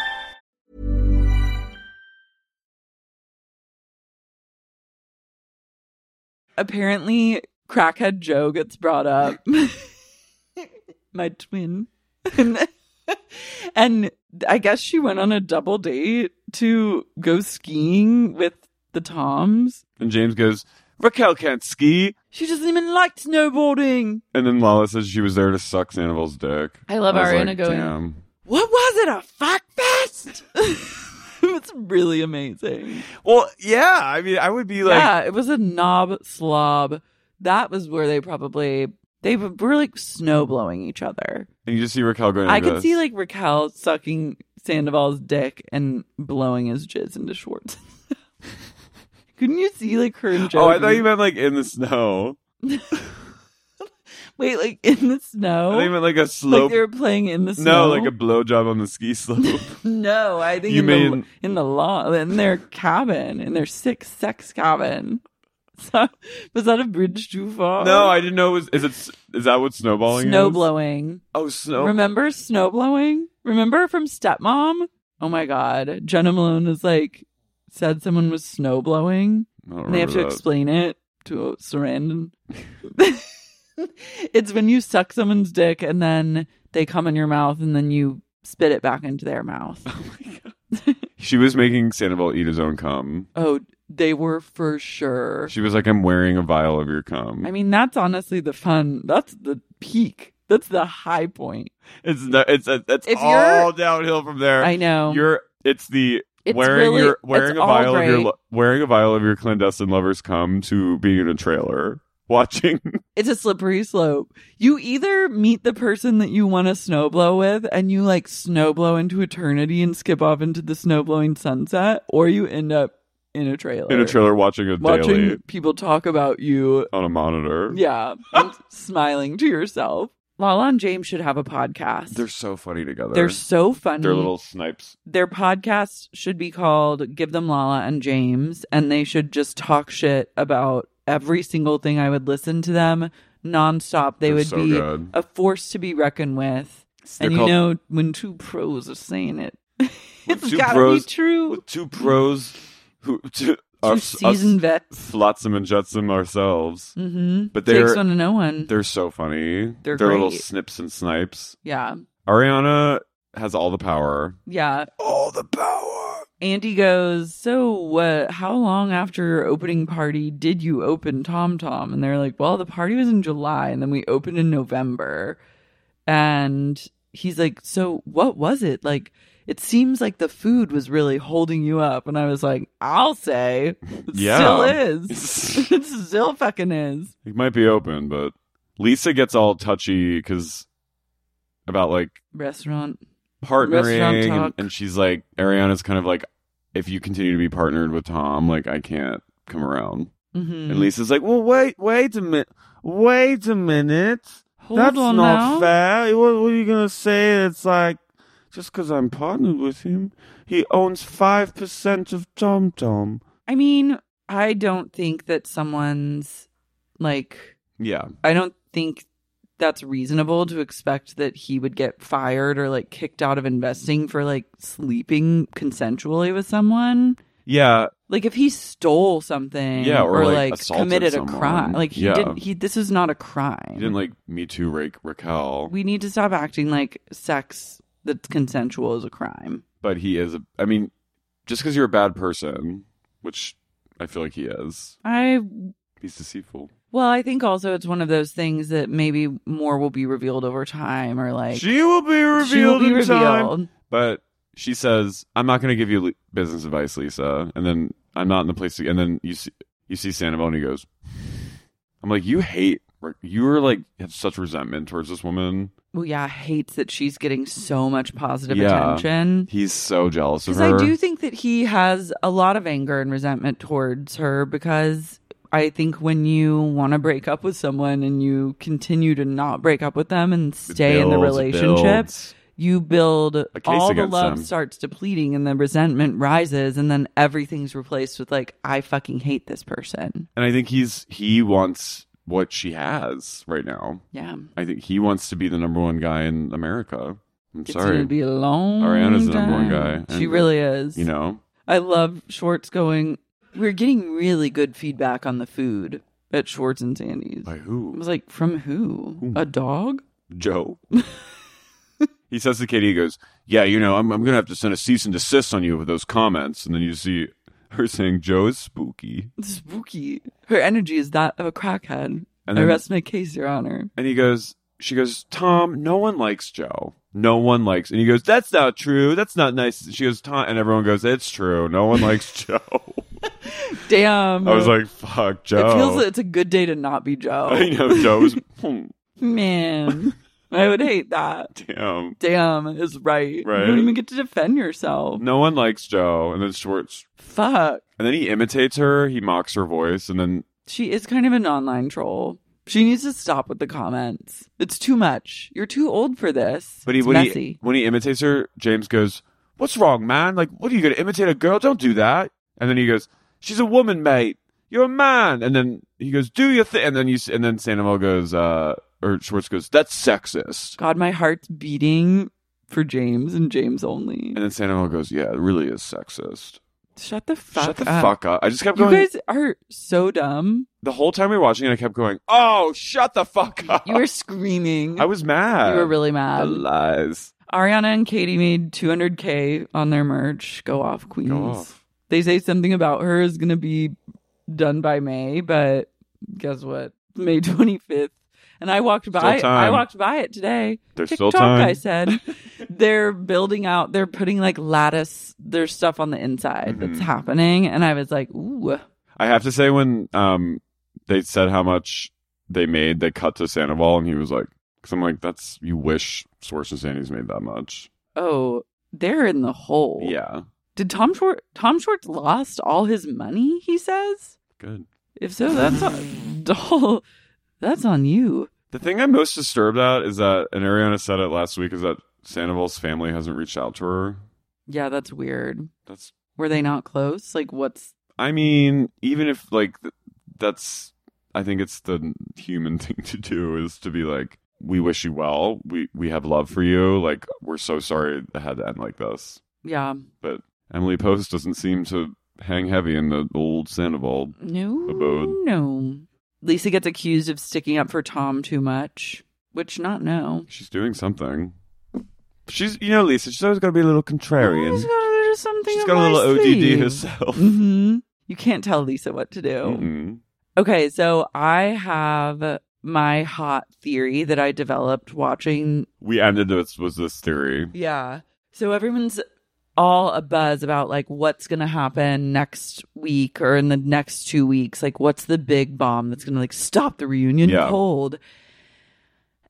Speaker 5: Apparently, crackhead Joe gets brought up. My twin. and, and I guess she went on a double date to go skiing with the Toms.
Speaker 6: And James goes, Raquel can't ski.
Speaker 5: She doesn't even like snowboarding.
Speaker 6: And then Lala says she was there to suck Sandoval's dick.
Speaker 5: I love
Speaker 6: was
Speaker 5: Ariana
Speaker 6: like,
Speaker 5: going-
Speaker 6: "Damn."
Speaker 5: What was it? A fuck fest? it's really amazing.
Speaker 6: Well, yeah. I mean, I would be like,
Speaker 5: yeah, it was a knob slob. That was where they probably they were like snow blowing each other.
Speaker 6: and you just see Raquel going.
Speaker 5: I
Speaker 6: like
Speaker 5: could
Speaker 6: this.
Speaker 5: see like Raquel sucking Sandoval's dick and blowing his jizz into Schwartz. Couldn't you see like her and Joe?
Speaker 6: Oh, I thought
Speaker 5: do-
Speaker 6: you meant like in the snow.
Speaker 5: wait, like in the
Speaker 6: I
Speaker 5: snow.
Speaker 6: thought you meant like a
Speaker 5: like
Speaker 6: slope.
Speaker 5: they were playing in the
Speaker 6: no,
Speaker 5: snow.
Speaker 6: like a blowjob on the ski slope.
Speaker 5: no. I think
Speaker 6: You
Speaker 5: in,
Speaker 6: mean-
Speaker 5: the, in the law in their cabin in their sick sex cabin. So, was that a bridge too far?
Speaker 6: no, I didn't know. It was is it? s- Is that what snowballing?
Speaker 5: snow
Speaker 6: is?
Speaker 5: blowing.
Speaker 6: Oh, snow.
Speaker 5: Remember snow blowing? Remember from Stepmom? Oh my God. Jenna Malone is like, said someone was snow blowing.
Speaker 6: I don't
Speaker 5: And they have to
Speaker 6: remember that.
Speaker 5: explain it to Sarandon. it's when you suck someone's dick and then they come in your mouth and then you spit it back into their mouth.
Speaker 6: Oh She was making Sandoval eat his own cum.
Speaker 5: Oh, they were for sure.
Speaker 6: She was like, "I'm wearing a vial of your cum."
Speaker 5: I mean, that's honestly the fun. That's the peak. That's the high point.
Speaker 6: it's no, it's it's it's
Speaker 5: If you're-
Speaker 6: all downhill from there.
Speaker 5: I know.
Speaker 6: You're it's the
Speaker 5: It's
Speaker 6: wearing
Speaker 5: really-
Speaker 6: your
Speaker 5: it's
Speaker 6: wearing a
Speaker 5: all
Speaker 6: vial of your
Speaker 5: great.
Speaker 6: lo- wearing a vial of your clandestine lovers cum to being in a trailer watching.
Speaker 5: it's a slippery slope. You either meet the person that you want to snowblow with and you like snowblow into eternity and skip off into the snowblowing sunset, or you end up in a trailer.
Speaker 6: in a trailer watching a
Speaker 5: Watching
Speaker 6: daily
Speaker 5: people talk about you.
Speaker 6: on a monitor.
Speaker 5: Yeah. and smiling to yourself. Lala and James should have a podcast.
Speaker 6: They're so funny together.
Speaker 5: They're so funny.
Speaker 6: They're little snipes.
Speaker 5: Their podcast should be called Give Them Lala and James, and they should just talk shit about every single thing. I would listen to them nonstop. They
Speaker 6: They're
Speaker 5: would
Speaker 6: so
Speaker 5: be
Speaker 6: good.
Speaker 5: a force to be reckoned with.
Speaker 6: They're
Speaker 5: and you
Speaker 6: called-
Speaker 5: know, when two pros are saying it, it's
Speaker 6: two
Speaker 5: gotta
Speaker 6: pros-
Speaker 5: be true.
Speaker 6: With two pros who two, us- us
Speaker 5: seasoned vets.
Speaker 6: Flotsam and Jetsam ourselves.
Speaker 5: Mm-hmm.
Speaker 6: But
Speaker 5: Takes
Speaker 6: they're-
Speaker 5: one to know one.
Speaker 6: They're so funny.
Speaker 5: They're
Speaker 6: little
Speaker 5: great.
Speaker 6: snips and snipes.
Speaker 5: Yeah.
Speaker 6: Ariana has all the power.
Speaker 5: Yeah.
Speaker 6: All the power.
Speaker 5: Andy goes, So what? How long after your opening party did you open Tom Tom? And they're like, Well, the party was in July and then we opened in November. And he's like, So what was it? Like, it seems like the food was really holding you up. And I was like, I'll say, it
Speaker 6: Yeah.
Speaker 5: still is. it still fucking is.
Speaker 6: It might be open, but Lisa gets all touchy because about like
Speaker 5: Restaurant.
Speaker 6: partnering,
Speaker 5: Restaurant
Speaker 6: and-
Speaker 5: talk.
Speaker 6: and she's like, Ariana's kind of like, if you continue to be partnered with Tom, like I can't come around.
Speaker 5: Mhm.
Speaker 6: And Lisa's like, well, wait, wait a minute, wait a minute.
Speaker 5: Hold
Speaker 6: That's
Speaker 5: on
Speaker 6: not
Speaker 5: now."
Speaker 6: fair. What, what are you gonna say? It's like just because I'm partnered with him, he owns five percent of Tom Tom.
Speaker 5: I mean, I don't think that someone's like
Speaker 6: Yeah,
Speaker 5: I don't think that's reasonable to expect that he would get fired or like kicked out of investing for like sleeping consensually with someone.
Speaker 6: yeah.
Speaker 5: Like if he stole something
Speaker 6: Yeah, or, like,
Speaker 5: like,
Speaker 6: assaulted
Speaker 5: committed a
Speaker 6: someone.
Speaker 5: crime. Like he
Speaker 6: Yeah.
Speaker 5: didn't he this is not a crime.
Speaker 6: He didn't like Me Too Ra- Raquel,
Speaker 5: we need to stop acting like sex that's consensual is a crime.
Speaker 6: but he is. A, I mean, just because you're a bad person, which I feel like he is,
Speaker 5: I
Speaker 6: he's deceitful.
Speaker 5: well, I think also it's one of those things that maybe more will be revealed over time or like
Speaker 6: she will be revealed
Speaker 5: She will be
Speaker 6: in time.
Speaker 5: revealed.
Speaker 6: But she says, "I'm not going to give you li- business advice, Lisa." And then I'm not in the place to. And then you see, you see Sandoval, and he goes, "I'm like, you hate. You are like have such resentment towards this woman.
Speaker 5: well, yeah, hates that she's getting so much positive
Speaker 6: yeah,
Speaker 5: attention.
Speaker 6: he's so jealous of
Speaker 5: Because
Speaker 6: her.
Speaker 5: I do think that he has a lot of anger and resentment towards her because I think when you want to break up with someone and you continue to not break up with them and stay in the
Speaker 6: builds, it
Speaker 5: relationship,
Speaker 6: builds.
Speaker 5: you build
Speaker 6: case
Speaker 5: all the
Speaker 6: against
Speaker 5: love
Speaker 6: them.
Speaker 5: starts depleting and the resentment rises and then everything's replaced with like I fucking hate this person.
Speaker 6: and I think he's he wants what she has right now.
Speaker 5: Yeah.
Speaker 6: I think he wants to be the number one guy in America. I'm
Speaker 5: It's
Speaker 6: sorry,
Speaker 5: gonna be a long
Speaker 6: Ariana's the number one
Speaker 5: time.
Speaker 6: guy.
Speaker 5: She
Speaker 6: And,
Speaker 5: really is.
Speaker 6: You know,
Speaker 5: I love Schwartz going. We're getting really good feedback on the food at Schwartz and Sandy's. By
Speaker 6: who?
Speaker 5: I was like, from who? A dog?
Speaker 6: Joe. he says to Katie, he goes, Yeah, you know, I'm, I'm going to have to send a cease and desist on you with those comments. And then you see her saying, Joe is spooky.
Speaker 5: Spooky. Her energy is that of a crackhead.
Speaker 6: And
Speaker 5: I
Speaker 6: then-
Speaker 5: rest my case, Your Honor.
Speaker 6: And he goes, She goes, Tom, no one likes Joe. No one likes. And he goes, That's not true. That's not nice. She goes, Tom. And everyone goes, It's true. No one likes Joe.
Speaker 5: Damn.
Speaker 6: I was like, Fuck, Joe.
Speaker 5: It feels it's a good day to not be Joe.
Speaker 6: I know, Joe's. Hmm,
Speaker 5: Man, I would hate that.
Speaker 6: Damn.
Speaker 5: Damn is right. You
Speaker 6: Right.
Speaker 5: don't even get to defend yourself.
Speaker 6: No one likes Joe. And then Schwartz.
Speaker 5: Fuck.
Speaker 6: And then he imitates her. He mocks her voice. And then
Speaker 5: She is kind of an online troll. She needs to stop with the comments. It's too much. You're too old for this.
Speaker 6: But he
Speaker 5: it's
Speaker 6: when
Speaker 5: messy.
Speaker 6: he when he imitates her, James goes, "What's wrong, man? Like, what are you gonna imitate a girl? Don't do that." And then he goes, "She's a woman, mate. You're a man." And then he goes, "Do your thing." And then you s- and then Sandoval goes, uh, or Schwartz goes, "That's sexist."
Speaker 5: God, my heart's beating for James and James only.
Speaker 6: And then Sandoval goes, "Yeah, it really is sexist."
Speaker 5: Shut the fuck
Speaker 6: Shut the
Speaker 5: up.
Speaker 6: fuck up! I just kept
Speaker 5: You
Speaker 6: going.
Speaker 5: guys are so dumb.
Speaker 6: the whole time we were watching it, I kept going, "Oh, shut the fuck up!"
Speaker 5: You were screaming.
Speaker 6: I was mad.
Speaker 5: You were really
Speaker 6: The
Speaker 5: mad.
Speaker 6: lies.
Speaker 5: Ariana and Katie made 200K on their merch. Go off, Queens.
Speaker 6: off.
Speaker 5: They say something about her is going to be done by May, but guess what? May 25th. And I walked by
Speaker 6: Still time.
Speaker 5: I walked by it today.
Speaker 6: There's still
Speaker 5: TikTok,
Speaker 6: time.
Speaker 5: I said. they're building out, they're putting like lattice, there's stuff on the inside that's
Speaker 6: Mhm.
Speaker 5: happening. And I was like, ooh.
Speaker 6: I have to say when um they said how much they made, they cut to Sandoval, and he was like, "Cause I'm like, that's you wish Source and Sandy's made that much."
Speaker 5: Oh, they're in the hole.
Speaker 6: Yeah,
Speaker 5: Did Tom Short Tom Short's lost all his money, he says?
Speaker 6: good.
Speaker 5: If so, that's on doll. That's on you.
Speaker 6: The thing I'm most disturbed at is that, and Ariana said it last week, is that Sandoval's family hasn't reached out to her.
Speaker 5: Yeah, that's weird.
Speaker 6: That's.
Speaker 5: Were they not close? Like, what's
Speaker 6: I mean, even if like th- that's, I think it's the human thing to do is to be like, "We wish you well. We we have love for you. Like, we're so sorry it had to end like this."
Speaker 5: yeah?
Speaker 6: but Emily Post doesn't seem to hang heavy in the old Sandoval
Speaker 5: No,
Speaker 6: abode.
Speaker 5: no. Lisa gets accused of sticking up for Tom too much, which not no.
Speaker 6: She's doing something. She's, you know, Lisa. She's always going to be a little contrarian.
Speaker 5: Oh, There's just something.
Speaker 6: She's
Speaker 5: up
Speaker 6: got a
Speaker 5: my
Speaker 6: little ODD
Speaker 5: sleeve.
Speaker 6: herself.
Speaker 5: Mhm. You can't tell Lisa what to do.
Speaker 6: Mm-mm.
Speaker 5: Okay, so I have my hot theory that I developed watching
Speaker 6: We ended this was this theory.
Speaker 5: Yeah. So everyone's all a buzz about like what's going to happen next week or in the next two weeks. Like, what's the big bomb that's going to like stop the reunion
Speaker 8: Yeah.
Speaker 5: cold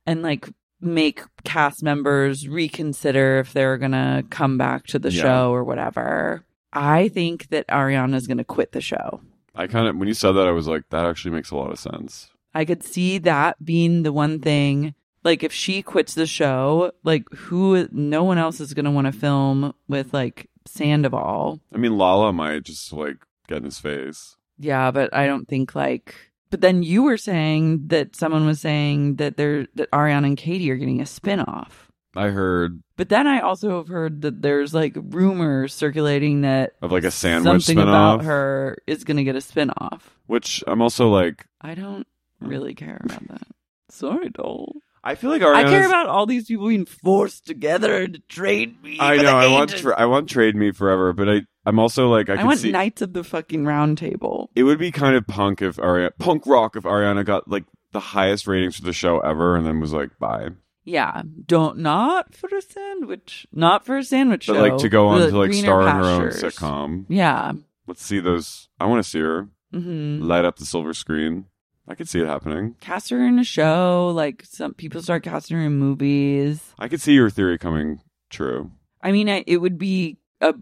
Speaker 5: and like make cast members reconsider if they're going to come back to the
Speaker 8: Yeah.
Speaker 5: show or whatever. I think that Ariana's going to quit the show.
Speaker 6: I kind of when you said that, I was like, that actually makes a lot of sense.
Speaker 5: I could see that being the one thing. Like if she quits the show, like who no one else is going to want to film with like Sandoval.
Speaker 6: I mean, Lala might just like get in his face.
Speaker 5: Yeah, but I don't think like but then you were saying that someone was saying that they're that Ariana and Katie are getting a spinoff.
Speaker 6: I heard
Speaker 5: But then I also have heard that there's like rumors circulating that
Speaker 6: of like a sandwich
Speaker 5: something
Speaker 6: spinoff,
Speaker 5: about her is going to get a spinoff.
Speaker 6: which I'm also like,
Speaker 5: I don't really care about that. Sorry, doll.
Speaker 6: I feel like
Speaker 5: I
Speaker 6: Ariana's-
Speaker 5: care about all these people being forced together to trade me.
Speaker 6: I
Speaker 5: for
Speaker 6: know
Speaker 5: the
Speaker 6: I want
Speaker 5: ages.
Speaker 6: tra- I want trade me forever, but I I'm also like I,
Speaker 5: I,
Speaker 6: can
Speaker 5: want
Speaker 6: see
Speaker 5: knights of the fucking round table.
Speaker 6: it would be kind of punk if Ariana punk rock if Ariana got like the highest ratings for the show ever and then was like bye.
Speaker 5: Yeah, don't not for a sandwich, not for a sandwich
Speaker 6: But
Speaker 5: show.
Speaker 6: like to go on
Speaker 5: The
Speaker 6: to like
Speaker 5: greener
Speaker 6: star in her own
Speaker 5: pastures.
Speaker 6: sitcom.
Speaker 5: Yeah,
Speaker 6: Let's see those. I want to see her
Speaker 5: Mhm.
Speaker 6: light up the silver screen. I could see it happening.
Speaker 5: cast her in a show. Like some people start casting her in movies.
Speaker 6: I could see your theory coming true.
Speaker 5: I mean, I, it would be a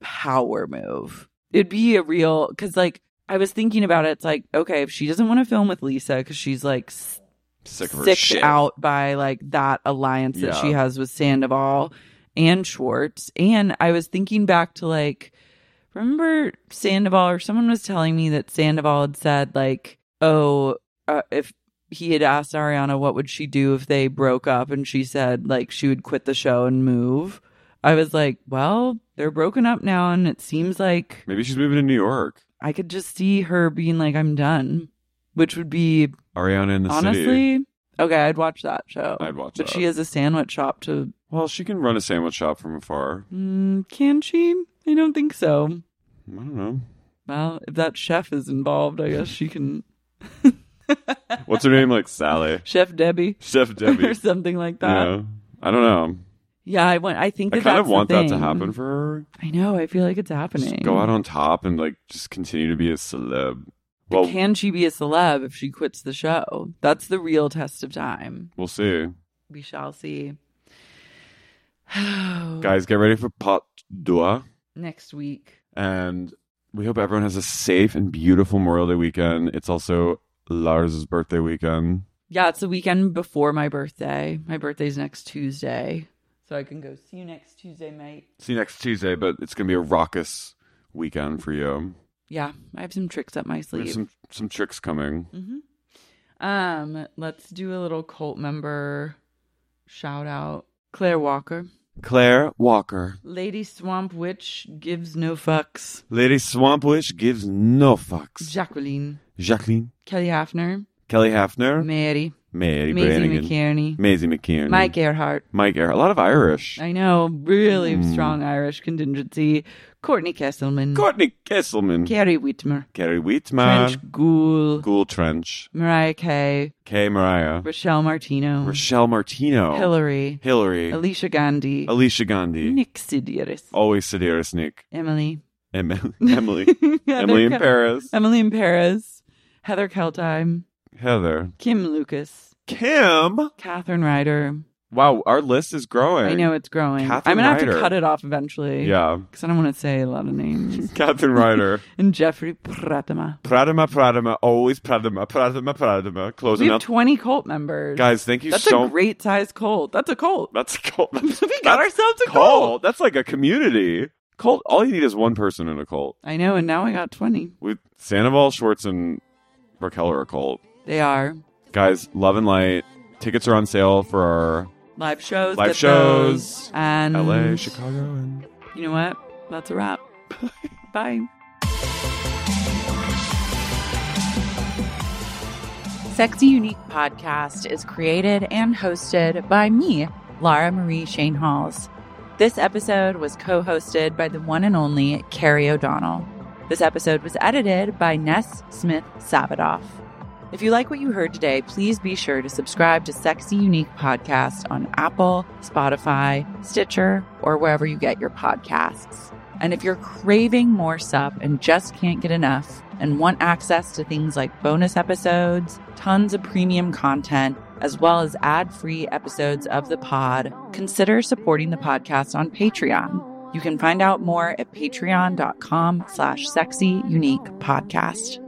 Speaker 5: power move. It'd be a real because like I was thinking about it. It's like okay, if she doesn't want to film with Lisa because she's like s-
Speaker 6: Sick of her
Speaker 5: sicked
Speaker 6: shit.
Speaker 5: out by like that alliance that she
Speaker 6: Yeah.
Speaker 5: has with Sandoval and Schwartz. And I was thinking back to like remember Sandoval or someone was telling me that Sandoval had said like, "Oh, uh, if he had asked Ariana what would she do if they broke up and she said like she would quit the show and move." I was like, "Well, they're broken up now and it seems like
Speaker 6: Maybe she's moving to New York.
Speaker 5: I could just see her being like I'm done," which would be
Speaker 6: Ariana in the
Speaker 5: honestly
Speaker 6: city.
Speaker 5: okay, I'd watch that show.
Speaker 6: I'd watch
Speaker 5: But
Speaker 6: that.
Speaker 5: she has a sandwich shop to
Speaker 6: Well, she can run a sandwich shop from afar.
Speaker 5: Mm, can she? I don't think so.
Speaker 6: I don't know.
Speaker 5: Well, if that chef is involved, I guess she can.
Speaker 6: What's her name? Like Sally.
Speaker 5: Chef Debbie.
Speaker 6: Chef Debbie.
Speaker 5: or something like that.
Speaker 6: Yeah. I don't know.
Speaker 5: Yeah, I want. I think
Speaker 6: I
Speaker 5: that
Speaker 6: kind of
Speaker 5: that's the
Speaker 6: want that to
Speaker 5: thing.
Speaker 6: happen for her.
Speaker 5: I know. I feel like it's happening.
Speaker 6: Go out on top and like just continue to be a celeb.
Speaker 5: But
Speaker 6: Well,
Speaker 5: can she be a celeb if she quits the show? That's the real test of time.
Speaker 6: we'll see.
Speaker 5: We shall see.
Speaker 6: Guys, get ready for pot deux.
Speaker 5: Next week.
Speaker 6: And we hope everyone has a safe and beautiful Memorial Day weekend. It's also Lars' birthday weekend.
Speaker 5: Yeah, it's the weekend before my birthday. My birthday's next Tuesday. So I can go see you next Tuesday, mate.
Speaker 6: See you next Tuesday, but it's going to be a raucous weekend for you.
Speaker 5: Yeah, I have some tricks up my
Speaker 6: We have
Speaker 5: sleeve.
Speaker 6: some, some tricks coming.
Speaker 5: Mm-hmm. Um, let's do a little cult member shout out. Claire Walker,
Speaker 6: Claire Walker.
Speaker 5: Lady Swamp Witch gives no fucks.
Speaker 6: Lady Swamp Witch gives no fucks.
Speaker 5: Jacqueline,
Speaker 6: Jacqueline.
Speaker 5: Kelly Hafner,
Speaker 6: Kelly Hafner.
Speaker 5: Mary,
Speaker 6: Mary
Speaker 5: Maisie
Speaker 6: Brannigan.
Speaker 5: McKierney,
Speaker 6: Maisie McKierney.
Speaker 5: Mike Earhart.
Speaker 6: Mike Earhart. A lot of Irish.
Speaker 5: I know, really
Speaker 6: Mm.
Speaker 5: strong Irish contingency. Courtney Kesselman,
Speaker 6: Courtney Kesselman.
Speaker 5: Carrie Whitmer,
Speaker 6: Carrie Wheatman.
Speaker 5: Trench Ghoul.
Speaker 6: Ghoul Trench.
Speaker 5: Mariah Kay,
Speaker 6: Kay Mariah.
Speaker 5: Rochelle Martino,
Speaker 6: Rochelle Martino.
Speaker 5: Hillary,
Speaker 6: Hillary.
Speaker 5: Alicia Gandhi,
Speaker 6: Alicia Gandhi.
Speaker 5: Nick Sidieris,
Speaker 6: Always Sedaris Nick.
Speaker 5: Emily,
Speaker 6: Em- Emily.
Speaker 5: Heather
Speaker 6: Emily in
Speaker 5: Kel-
Speaker 6: Paris.
Speaker 5: Emily in Paris. Heather Keltime.
Speaker 6: Heather.
Speaker 5: Kim Lucas.
Speaker 6: Kim.
Speaker 5: Catherine Ryder.
Speaker 6: Wow, our list is growing.
Speaker 5: I know it's growing.
Speaker 6: Catherine
Speaker 5: I'm gonna have
Speaker 6: Ryder.
Speaker 5: to cut it off eventually.
Speaker 6: Yeah.
Speaker 5: Because I don't want to say a lot of names.
Speaker 6: Catherine Ryder.
Speaker 5: and Jeffrey Pratama.
Speaker 6: Pradama, Pradama, always Pradama, Pradama, Pradama.
Speaker 5: We
Speaker 6: Closing
Speaker 5: have
Speaker 6: up.
Speaker 5: 20 cult members.
Speaker 6: Guys, thank you
Speaker 5: That's
Speaker 6: so
Speaker 5: a great size cult. That's a cult.
Speaker 6: That's a cult. That's,
Speaker 5: we got ourselves a
Speaker 6: cult.
Speaker 5: cult.
Speaker 6: That's like a community. Cult. All you need is one person in a cult.
Speaker 5: I know, and now I got 20.
Speaker 6: With Sandoval, Schwartz, and Raquel are a cult.
Speaker 5: They are
Speaker 6: Guys, love and light. Tickets are on sale for our
Speaker 5: live shows.
Speaker 6: live
Speaker 5: get
Speaker 6: shows.
Speaker 5: those, And
Speaker 6: LA, Chicago, and
Speaker 5: You know what? That's a wrap. Bye.
Speaker 8: Sexy Unique podcast is created and hosted by me, Lara Marie Shane Halls. This episode was co hosted by the one and only Carrie O'Donnell. This episode was edited by Ness Smith Savadoff. If you like what you heard today, please be sure to subscribe to Sexy Unique Podcast on Apple, Spotify, Stitcher, or wherever you get your podcasts. And if you're craving more sup and just can't get enough and want access to things like bonus episodes, tons of premium content, as well as ad free episodes of the pod, consider supporting the podcast on Patreon. You can find out more at patreon.com slash sexy unique podcast.